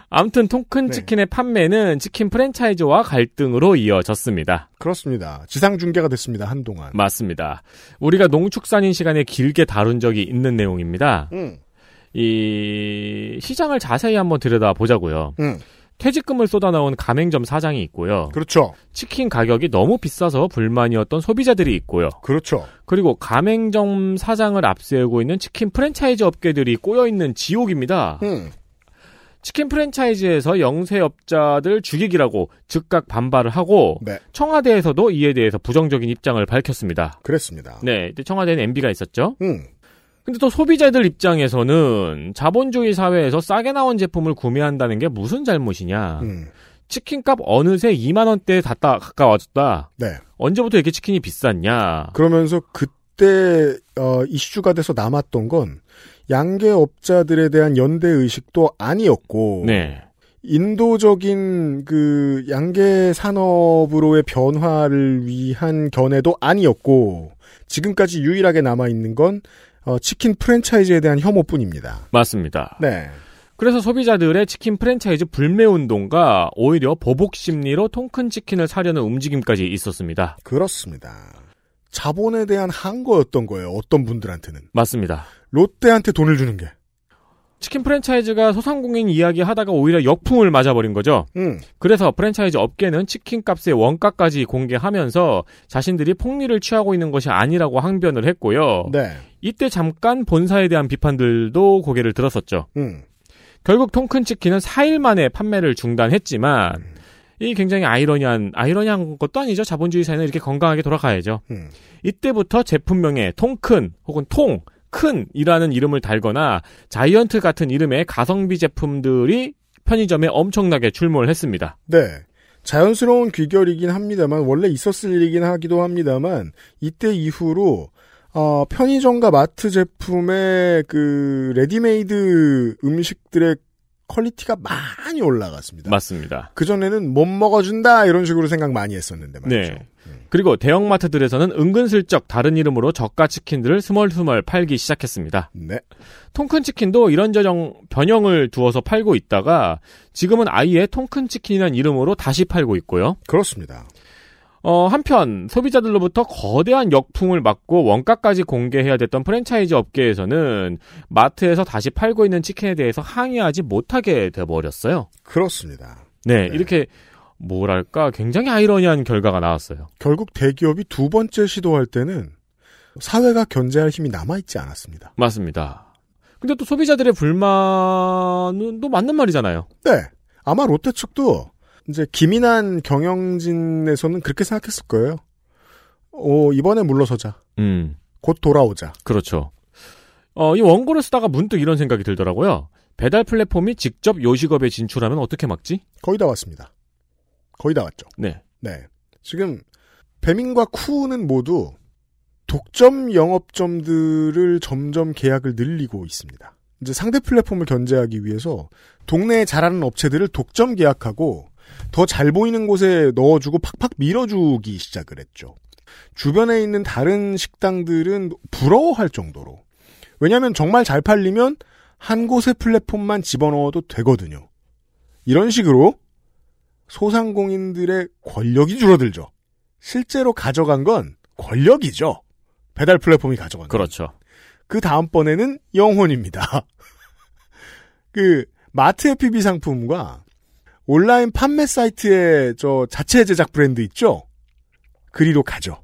아무튼 통큰
네.
치킨의 판매는 치킨 프랜차이즈와 갈등으로 이어졌습니다.
그렇습니다. 지상 중계가 됐습니다. 한동안.
맞습니다. 우리가 농축산인 시간에 길게 다룬 적이 있는
음,
내용입니다.
응.
이 시장을 자세히 한번 들여다 보자고요.
응.
퇴직금을 쏟아나온 가맹점 사장이 있고요.
음. 그렇죠.
치킨 가격이 너무 비싸서 불만이었던 소비자들이 있고요.
그렇죠.
그리고 가맹점 사장을 앞세우고 있는 치킨 프랜차이즈 업계들이 꼬여있는 지옥입니다.
음.
치킨 프랜차이즈에서 영세업자들 죽이기라고 즉각 반발을 하고
네.
청와대에서도 이에 대해서 부정적인 입장을 밝혔습니다.
그랬습니다.
네, 근데 청와대는 MB가 있었죠.
음.
근데 또 소비자들 입장에서는 자본주의 사회에서 싸게 나온 제품을 구매한다는 게 무슨 잘못이냐.
음.
치킨값 어느새 2만 원대에 닿다 가까워졌다.
네.
언제부터 이렇게 치킨이 비쌌냐.
그러면서 그때 어, 이슈가 돼서 남았던 건 양계업자들에 대한 연대 의식도 아니었고
네.
인도적인 그 양계 산업으로의 변화를 위한 견해도 아니었고 지금까지 유일하게 남아 있는 건 어, 치킨 프랜차이즈에 대한 혐오뿐입니다.
맞습니다.
네.
그래서 소비자들의 치킨 프랜차이즈 불매 운동과 오히려 보복 심리로 통큰 치킨을 사려는 움직임까지 있었습니다.
그렇습니다. 자본에 대한 항거였던 거예요. 어떤 분들한테는
맞습니다.
롯데한테 돈을 주는 게.
치킨 프랜차이즈가 소상공인 이야기 하다가 오히려 역풍을 맞아버린 거죠.
음.
그래서 프랜차이즈 업계는 치킨 값의 원가까지 공개하면서 자신들이 폭리를 취하고 있는 것이 아니라고 항변을 했고요.
네.
이때 잠깐 본사에 대한 비판들도 고개를 들었었죠.
음.
결국 통큰 치킨은 4일 만에 판매를 중단했지만 이 굉장히 아이러니한 아이러니한 것도 아니죠. 자본주의 사회는 이렇게 건강하게 돌아가야죠.
음.
이때부터 제품명에 통큰 혹은 통, 큰이라는 이름을 달거나 자이언트 같은 이름의 가성비 제품들이 편의점에 엄청나게 출몰을 했습니다.
네. 자연스러운 귀결이긴 합니다만 원래 있었을 일이긴 하기도 합니다만 이때 이후로 어, 편의점과 마트 제품의 그 레디메이드 음식들의 퀄리티가 많이 올라갔습니다.
맞습니다.
그 전에는 못 먹어준다 이런 식으로 생각 많이 했었는데 말이죠.
네. 그리고 대형마트들에서는 은근슬쩍 다른 이름으로 저가 치킨들을 스멀스멀 팔기 시작했습니다.
네.
통큰 치킨도 이런저런 변형을 두어서 팔고 있다가 지금은 아예 통큰 치킨이라는 이름으로 다시 팔고 있고요.
그렇습니다.
어, 한편 소비자들로부터 거대한 역풍을 맞고 원가까지 공개해야 됐던 프랜차이즈 업계에서는 마트에서 다시 팔고 있는 치킨에 대해서 항의하지 못하게 돼버렸어요.
그렇습니다.
네, 이렇게 뭐랄까 굉장히 아이러니한 결과가 나왔어요.
결국 대기업이 두 번째 시도할 때는 사회가 견제할 힘이 남아있지 않았습니다.
맞습니다. 근데 또 소비자들의 불만은 또 맞는 말이잖아요.
네. 아마 롯데 측도 이제 김인한 경영진에서는 그렇게 생각했을 거예요. 어, 이번에 물러서자.
음.
곧 돌아오자.
그렇죠. 어, 이 원고를 쓰다가 문득 이런 생각이 들더라고요. 배달 플랫폼이 직접 요식업에 진출하면 어떻게 막지?
거의 다 왔습니다. 거의 다 왔죠.
네.
네. 지금 배민과 쿠는 모두 독점 영업점들을 점점 계약을 늘리고 있습니다. 이제 상대 플랫폼을 견제하기 위해서 동네에 잘하는 업체들을 독점 계약하고 더 잘 보이는 곳에 넣어주고 팍팍 밀어주기 시작을 했죠. 주변에 있는 다른 식당들은 부러워할 정도로. 왜냐하면 정말 잘 팔리면 한 곳의 플랫폼만 집어넣어도 되거든요. 이런 식으로 소상공인들의 권력이 줄어들죠. 실제로 가져간 건 권력이죠. 배달 플랫폼이 가져간 건.
그렇죠.
그 다음번에는 영혼입니다. 그 마트 FB 상품과 온라인 판매 사이트의 저 자체 제작 브랜드 있죠? 그리로 가죠.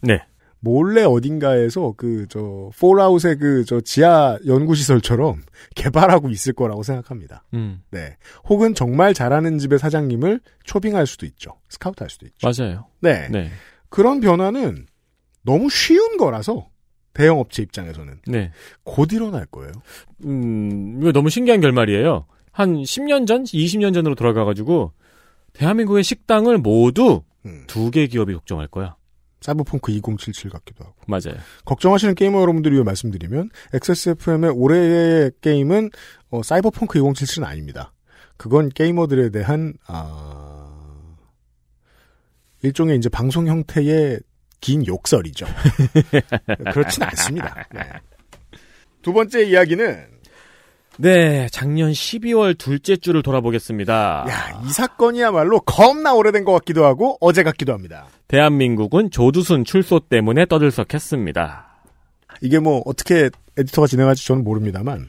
네.
몰래 어딘가에서 그 저 폴아웃의 그 저 지하 연구 시설처럼 개발하고 있을 거라고 생각합니다.
음,
네. 혹은 정말 잘하는 집의 사장님을 초빙할 수도 있죠. 스카우트 할 수도 있죠.
맞아요.
네.
네.
그런 변화는 너무 쉬운 거라서 대형 업체 입장에서는
네.
곧 일어날 거예요.
음, 이거 너무 신기한 결말이에요. 한 10년 전, 20년 전으로 돌아가가지고, 대한민국의 식당을 모두
음.
두 개 기업이 독점할 거야.
사이버펑크 2077 같기도 하고.
맞아요.
걱정하시는 게이머 여러분들을 위해 말씀드리면 XSFM의 올해의 게임은 어, 사이버펑크 2077은 아닙니다. 그건 게이머들에 대한 아, 일종의 이제 방송 형태의 긴 욕설이죠. 그렇진 않습니다. 네. 두 번째 이야기는
네, 작년 12월 둘째 주를 돌아보겠습니다.
야, 이 사건이야말로 겁나 오래된 것 같기도 하고 어제 같기도 합니다.
대한민국은 조두순 출소 때문에 떠들썩했습니다.
이게 뭐 어떻게 에디터가 진행할지 저는 모릅니다만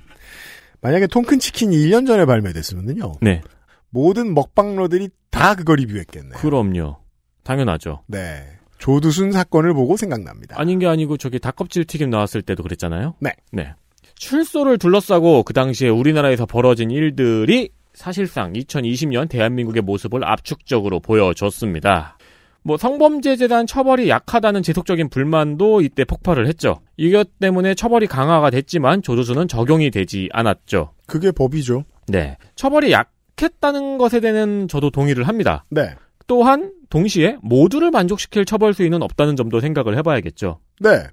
만약에 통큰 치킨이 1년 전에 발매됐으면요
네.
모든 먹방러들이 다 그걸 리뷰했겠네요.
그럼요. 당연하죠.
네. 조두순 사건을 보고 생각납니다.
아닌 게 아니고 저기 닭껍질 튀김 나왔을 때도 그랬잖아요.
네.
네. 출소를 둘러싸고 그 당시에 우리나라에서 벌어진 일들이 사실상 2020년 대한민국의 모습을 압축적으로 보여줬습니다. 뭐 성범죄 재단 처벌이 약하다는 지속적인 불만도 이때 폭발을 했죠. 이것 때문에 처벌이 강화가 됐지만 조두순은 적용이 되지 않았죠.
그게 법이죠.
네. 처벌이 약했다는 것에 대해는 저도 동의를 합니다.
네.
또한 동시에 모두를 만족시킬 처벌 수위는 없다는 점도 생각을 해봐야겠죠.
네.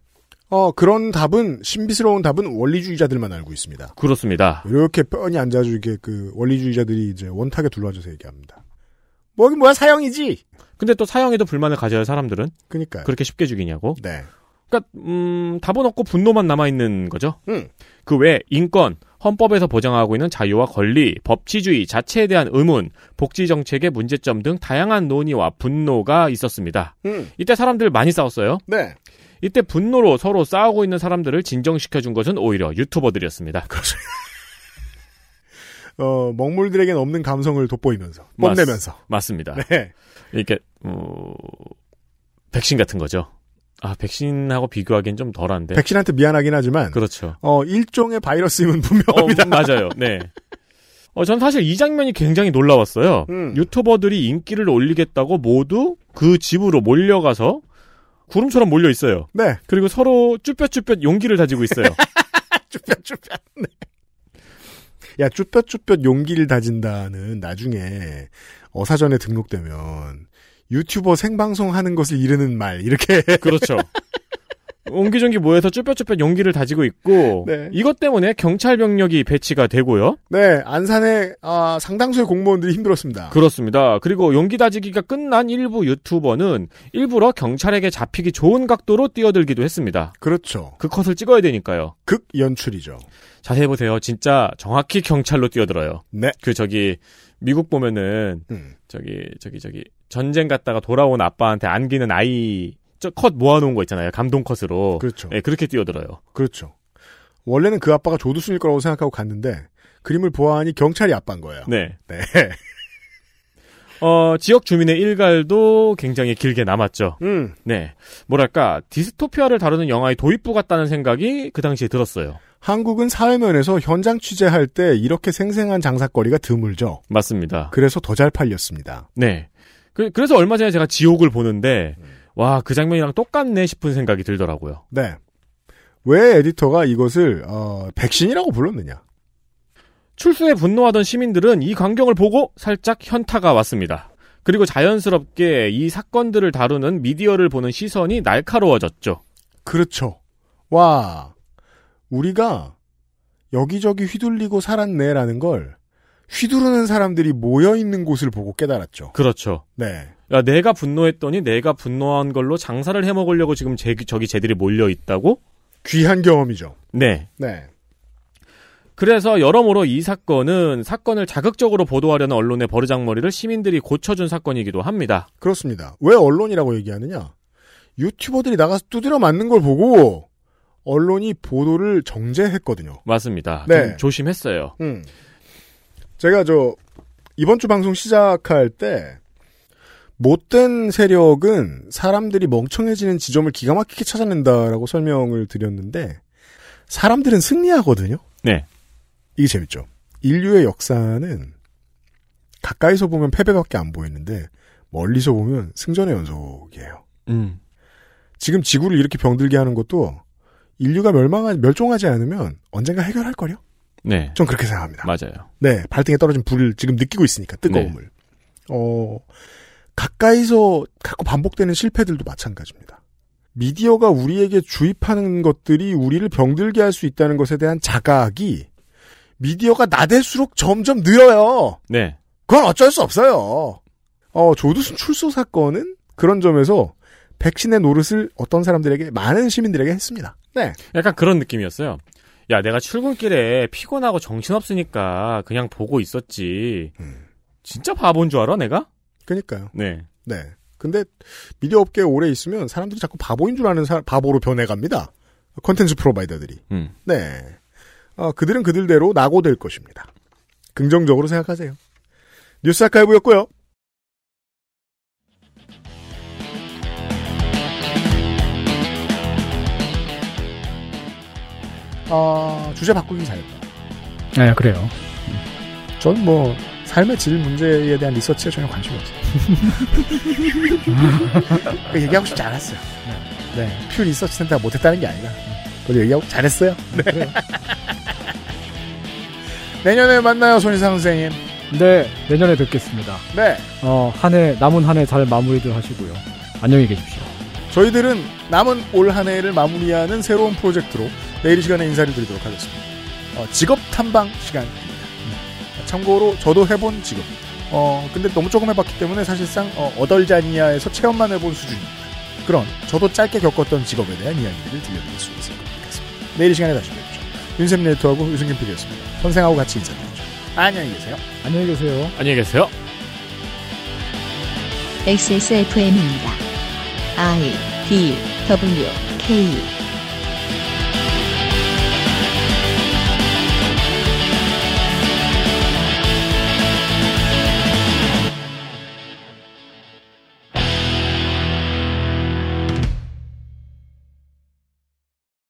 어, 그런 답은, 신비스러운 답은 원리주의자들만 알고 있습니다.
그렇습니다.
이렇게 뻔히 앉아서 이렇게 그 원리주의자들이 이제 원탁에 둘러앉아서 얘기합니다. 뭐긴 뭐야 사형이지.
근데 또 사형에도 불만을 가져요 사람들은
그니까요.
그렇게 쉽게 죽이냐고.
네.
그러니까 음, 답은 없고 분노만 남아 있는 거죠.
음.
그 외에 인권, 헌법에서 보장하고 있는 자유와 권리, 법치주의 자체에 대한 의문, 복지 정책의 문제점 등 다양한 논의와 분노가 있었습니다.
음.
이때 사람들 많이 싸웠어요.
네.
이때 분노로 서로 싸우고 있는 사람들을 진정시켜 준 것은 오히려 유튜버들이었습니다. 그,
어, 먹물들에겐 없는 감성을 돋보이면서
맞-
뽐내면서.
맞습니다.
네.
이렇게 어, 백신 같은 거죠. 아 백신하고 비교하기엔 좀 덜한데.
네. 백신한테 미안하긴 하지만
그렇죠.
어, 일종의 바이러스임은
어,
분명합니다.
맞아요. 네. 어, 전 사실 이 장면이 굉장히 놀라웠어요.
음.
유튜버들이 인기를 올리겠다고 모두 그 집으로 몰려가서 구름처럼 몰려 있어요.
네.
그리고 서로 쭈뼛쭈뼛 용기를 다지고 있어요.
쭈뼛쭈뼛. 네. 야, 쭈뼛쭈뼛 용기를 다진다는 나중에 어사전에 등록되면 유튜버 생방송 하는 것을 이르는 말, 이렇게.
그렇죠. 옹기종기 모여서 쭈뼛쭈뼛 용기를 다지고 있고
네.
이것 때문에 경찰 병력이 배치가 되고요.
네, 안산의 아, 상당수의 공무원들이 힘들었습니다.
그렇습니다. 그리고 용기 다지기가 끝난 일부 유튜버는 일부러 경찰에게 잡히기 좋은 각도로 뛰어들기도 했습니다.
그렇죠.
그 컷을 찍어야 되니까요.
극 연출이죠.
자세히 보세요. 진짜 정확히 경찰로 뛰어들어요.
네.
그 저기 미국 보면은
음.
저기 저기 저기 전쟁 갔다가 돌아온 아빠한테 안기는 아이 저 컷 모아놓은 거 있잖아요. 감동 컷으로.
그렇죠.
네, 그렇게 뛰어들어요.
그렇죠. 원래는 그 아빠가 조두순일 거라고 생각하고 갔는데 그림을 보아하니 경찰이 아빠인 거예요.
네.
네.
어 지역 주민의 일갈도 굉장히 길게 남았죠.
음.
네. 뭐랄까 디스토피아를 다루는 영화의 도입부 같다는 생각이 그 당시에 들었어요.
한국은 사회면에서 현장 취재할 때 이렇게 생생한 장사거리가 드물죠.
맞습니다.
그래서 더 잘 팔렸습니다.
네. 그, 그래서 얼마 전에 제가 지옥을 보는데
음.
와 그 장면이랑 똑같네 싶은 생각이 들더라고요.
네. 왜 에디터가 이것을 어, 백신이라고 불렀느냐?
출소에 분노하던 시민들은 이 광경을 보고 살짝 현타가 왔습니다. 그리고 자연스럽게 이 사건들을 다루는 미디어를 보는 시선이 날카로워졌죠.
그렇죠. 와, 우리가 여기저기 휘둘리고 살았네라는 걸 휘두르는 사람들이 모여 있는 곳을 보고 깨달았죠.
그렇죠.
네,
야, 내가 분노했더니 내가 분노한 걸로 장사를 해 먹으려고 지금 제, 저기 쟤들이 몰려 있다고?
귀한 경험이죠.
네.
네,
그래서 여러모로 이 사건은 사건을 자극적으로 보도하려는 언론의 버르장머리를 시민들이 고쳐준 사건이기도 합니다.
그렇습니다. 왜 언론이라고 얘기하느냐? 유튜버들이 나가서 두드려 맞는 걸 보고 언론이 보도를 정제했거든요.
맞습니다.
네.
좀 조심했어요.
음. 제가 저 이번 주 방송 시작할 때 못된 세력은 사람들이 멍청해지는 지점을 기가 막히게 찾아낸다라고 설명을 드렸는데 사람들은 승리하거든요.
네.
이게 재밌죠. 인류의 역사는 가까이서 보면 패배밖에 안 보이는데 멀리서 보면 승전의 연속이에요.
음.
지금 지구를 이렇게 병들게 하는 것도 인류가 멸망하 멸종하지 않으면 언젠가 해결할 거요.
네.
전 그렇게 생각합니다.
맞아요.
네, 발등에 떨어진 불을 지금 느끼고 있으니까 뜨거움을. 어 가까이서 갖고 반복되는 실패들도 마찬가지입니다. 미디어가 우리에게 주입하는 것들이 우리를 병들게 할 수 있다는 것에 대한 자각이 미디어가 나댈수록 점점 늘어요.
네.
그건 어쩔 수 없어요. 어 조두순 출소 사건은 그런 점에서 백신의 노릇을 어떤 사람들에게 많은 시민들에게 했습니다. 네,
약간 그런 느낌이었어요. 야, 내가 출근길에 피곤하고 정신없으니까 그냥 보고 있었지. 진짜 바본 줄 알아, 내가?
그러니까요.
네.
네. 근데 미디어 업계에 오래 있으면 사람들이 자꾸 바보인 줄 아는 사, 바보로 변해갑니다. 컨텐츠 프로바이더들이.
음.
네. 어, 그들은 그들대로 낙오될 것입니다. 긍정적으로 생각하세요. 뉴스 아카이브였고요. 아, 주제 바꾸기 잘했다.
네, 그래요.
전 뭐, 삶의 질 문제에 대한 리서치에 전혀 관심이 없어요. 그 얘기하고 싶지 않았어요. 네. 퓨 리서치 센터가 못했다는 게 아니라. 네. 그래도 얘기하고 잘했어요. 네. 내년에 만나요, 손희상 선생님.
네, 내년에 뵙겠습니다.
네.
어, 한 해, 남은 한 해 잘 마무리들 하시고요. 안녕히 계십시오.
저희들은 남은 올 한 해를 마무리하는 새로운 프로젝트로 내일 이 시간에 인사를 드리도록 하겠습니다. 어, 직업 탐방 시간입니다. 네. 참고로 저도 해본 직업. 어, 근데 너무 조금 해봤기 때문에 사실상 어, 어덜자니아에서 체험만 해본 수준입니다. 그런 저도 짧게 겪었던 직업에 대한 이야기들을 들려드릴 수 있을 것 같습니다. 내일 이 시간에 다시 뵙죠. 윤샘 네이트하고 유승균 PD였습니다. 선생하고 같이 인사드리죠. 안녕히 계세요.
안녕히 계세요.
안녕히 계세요.
XSFM입니다. I D W K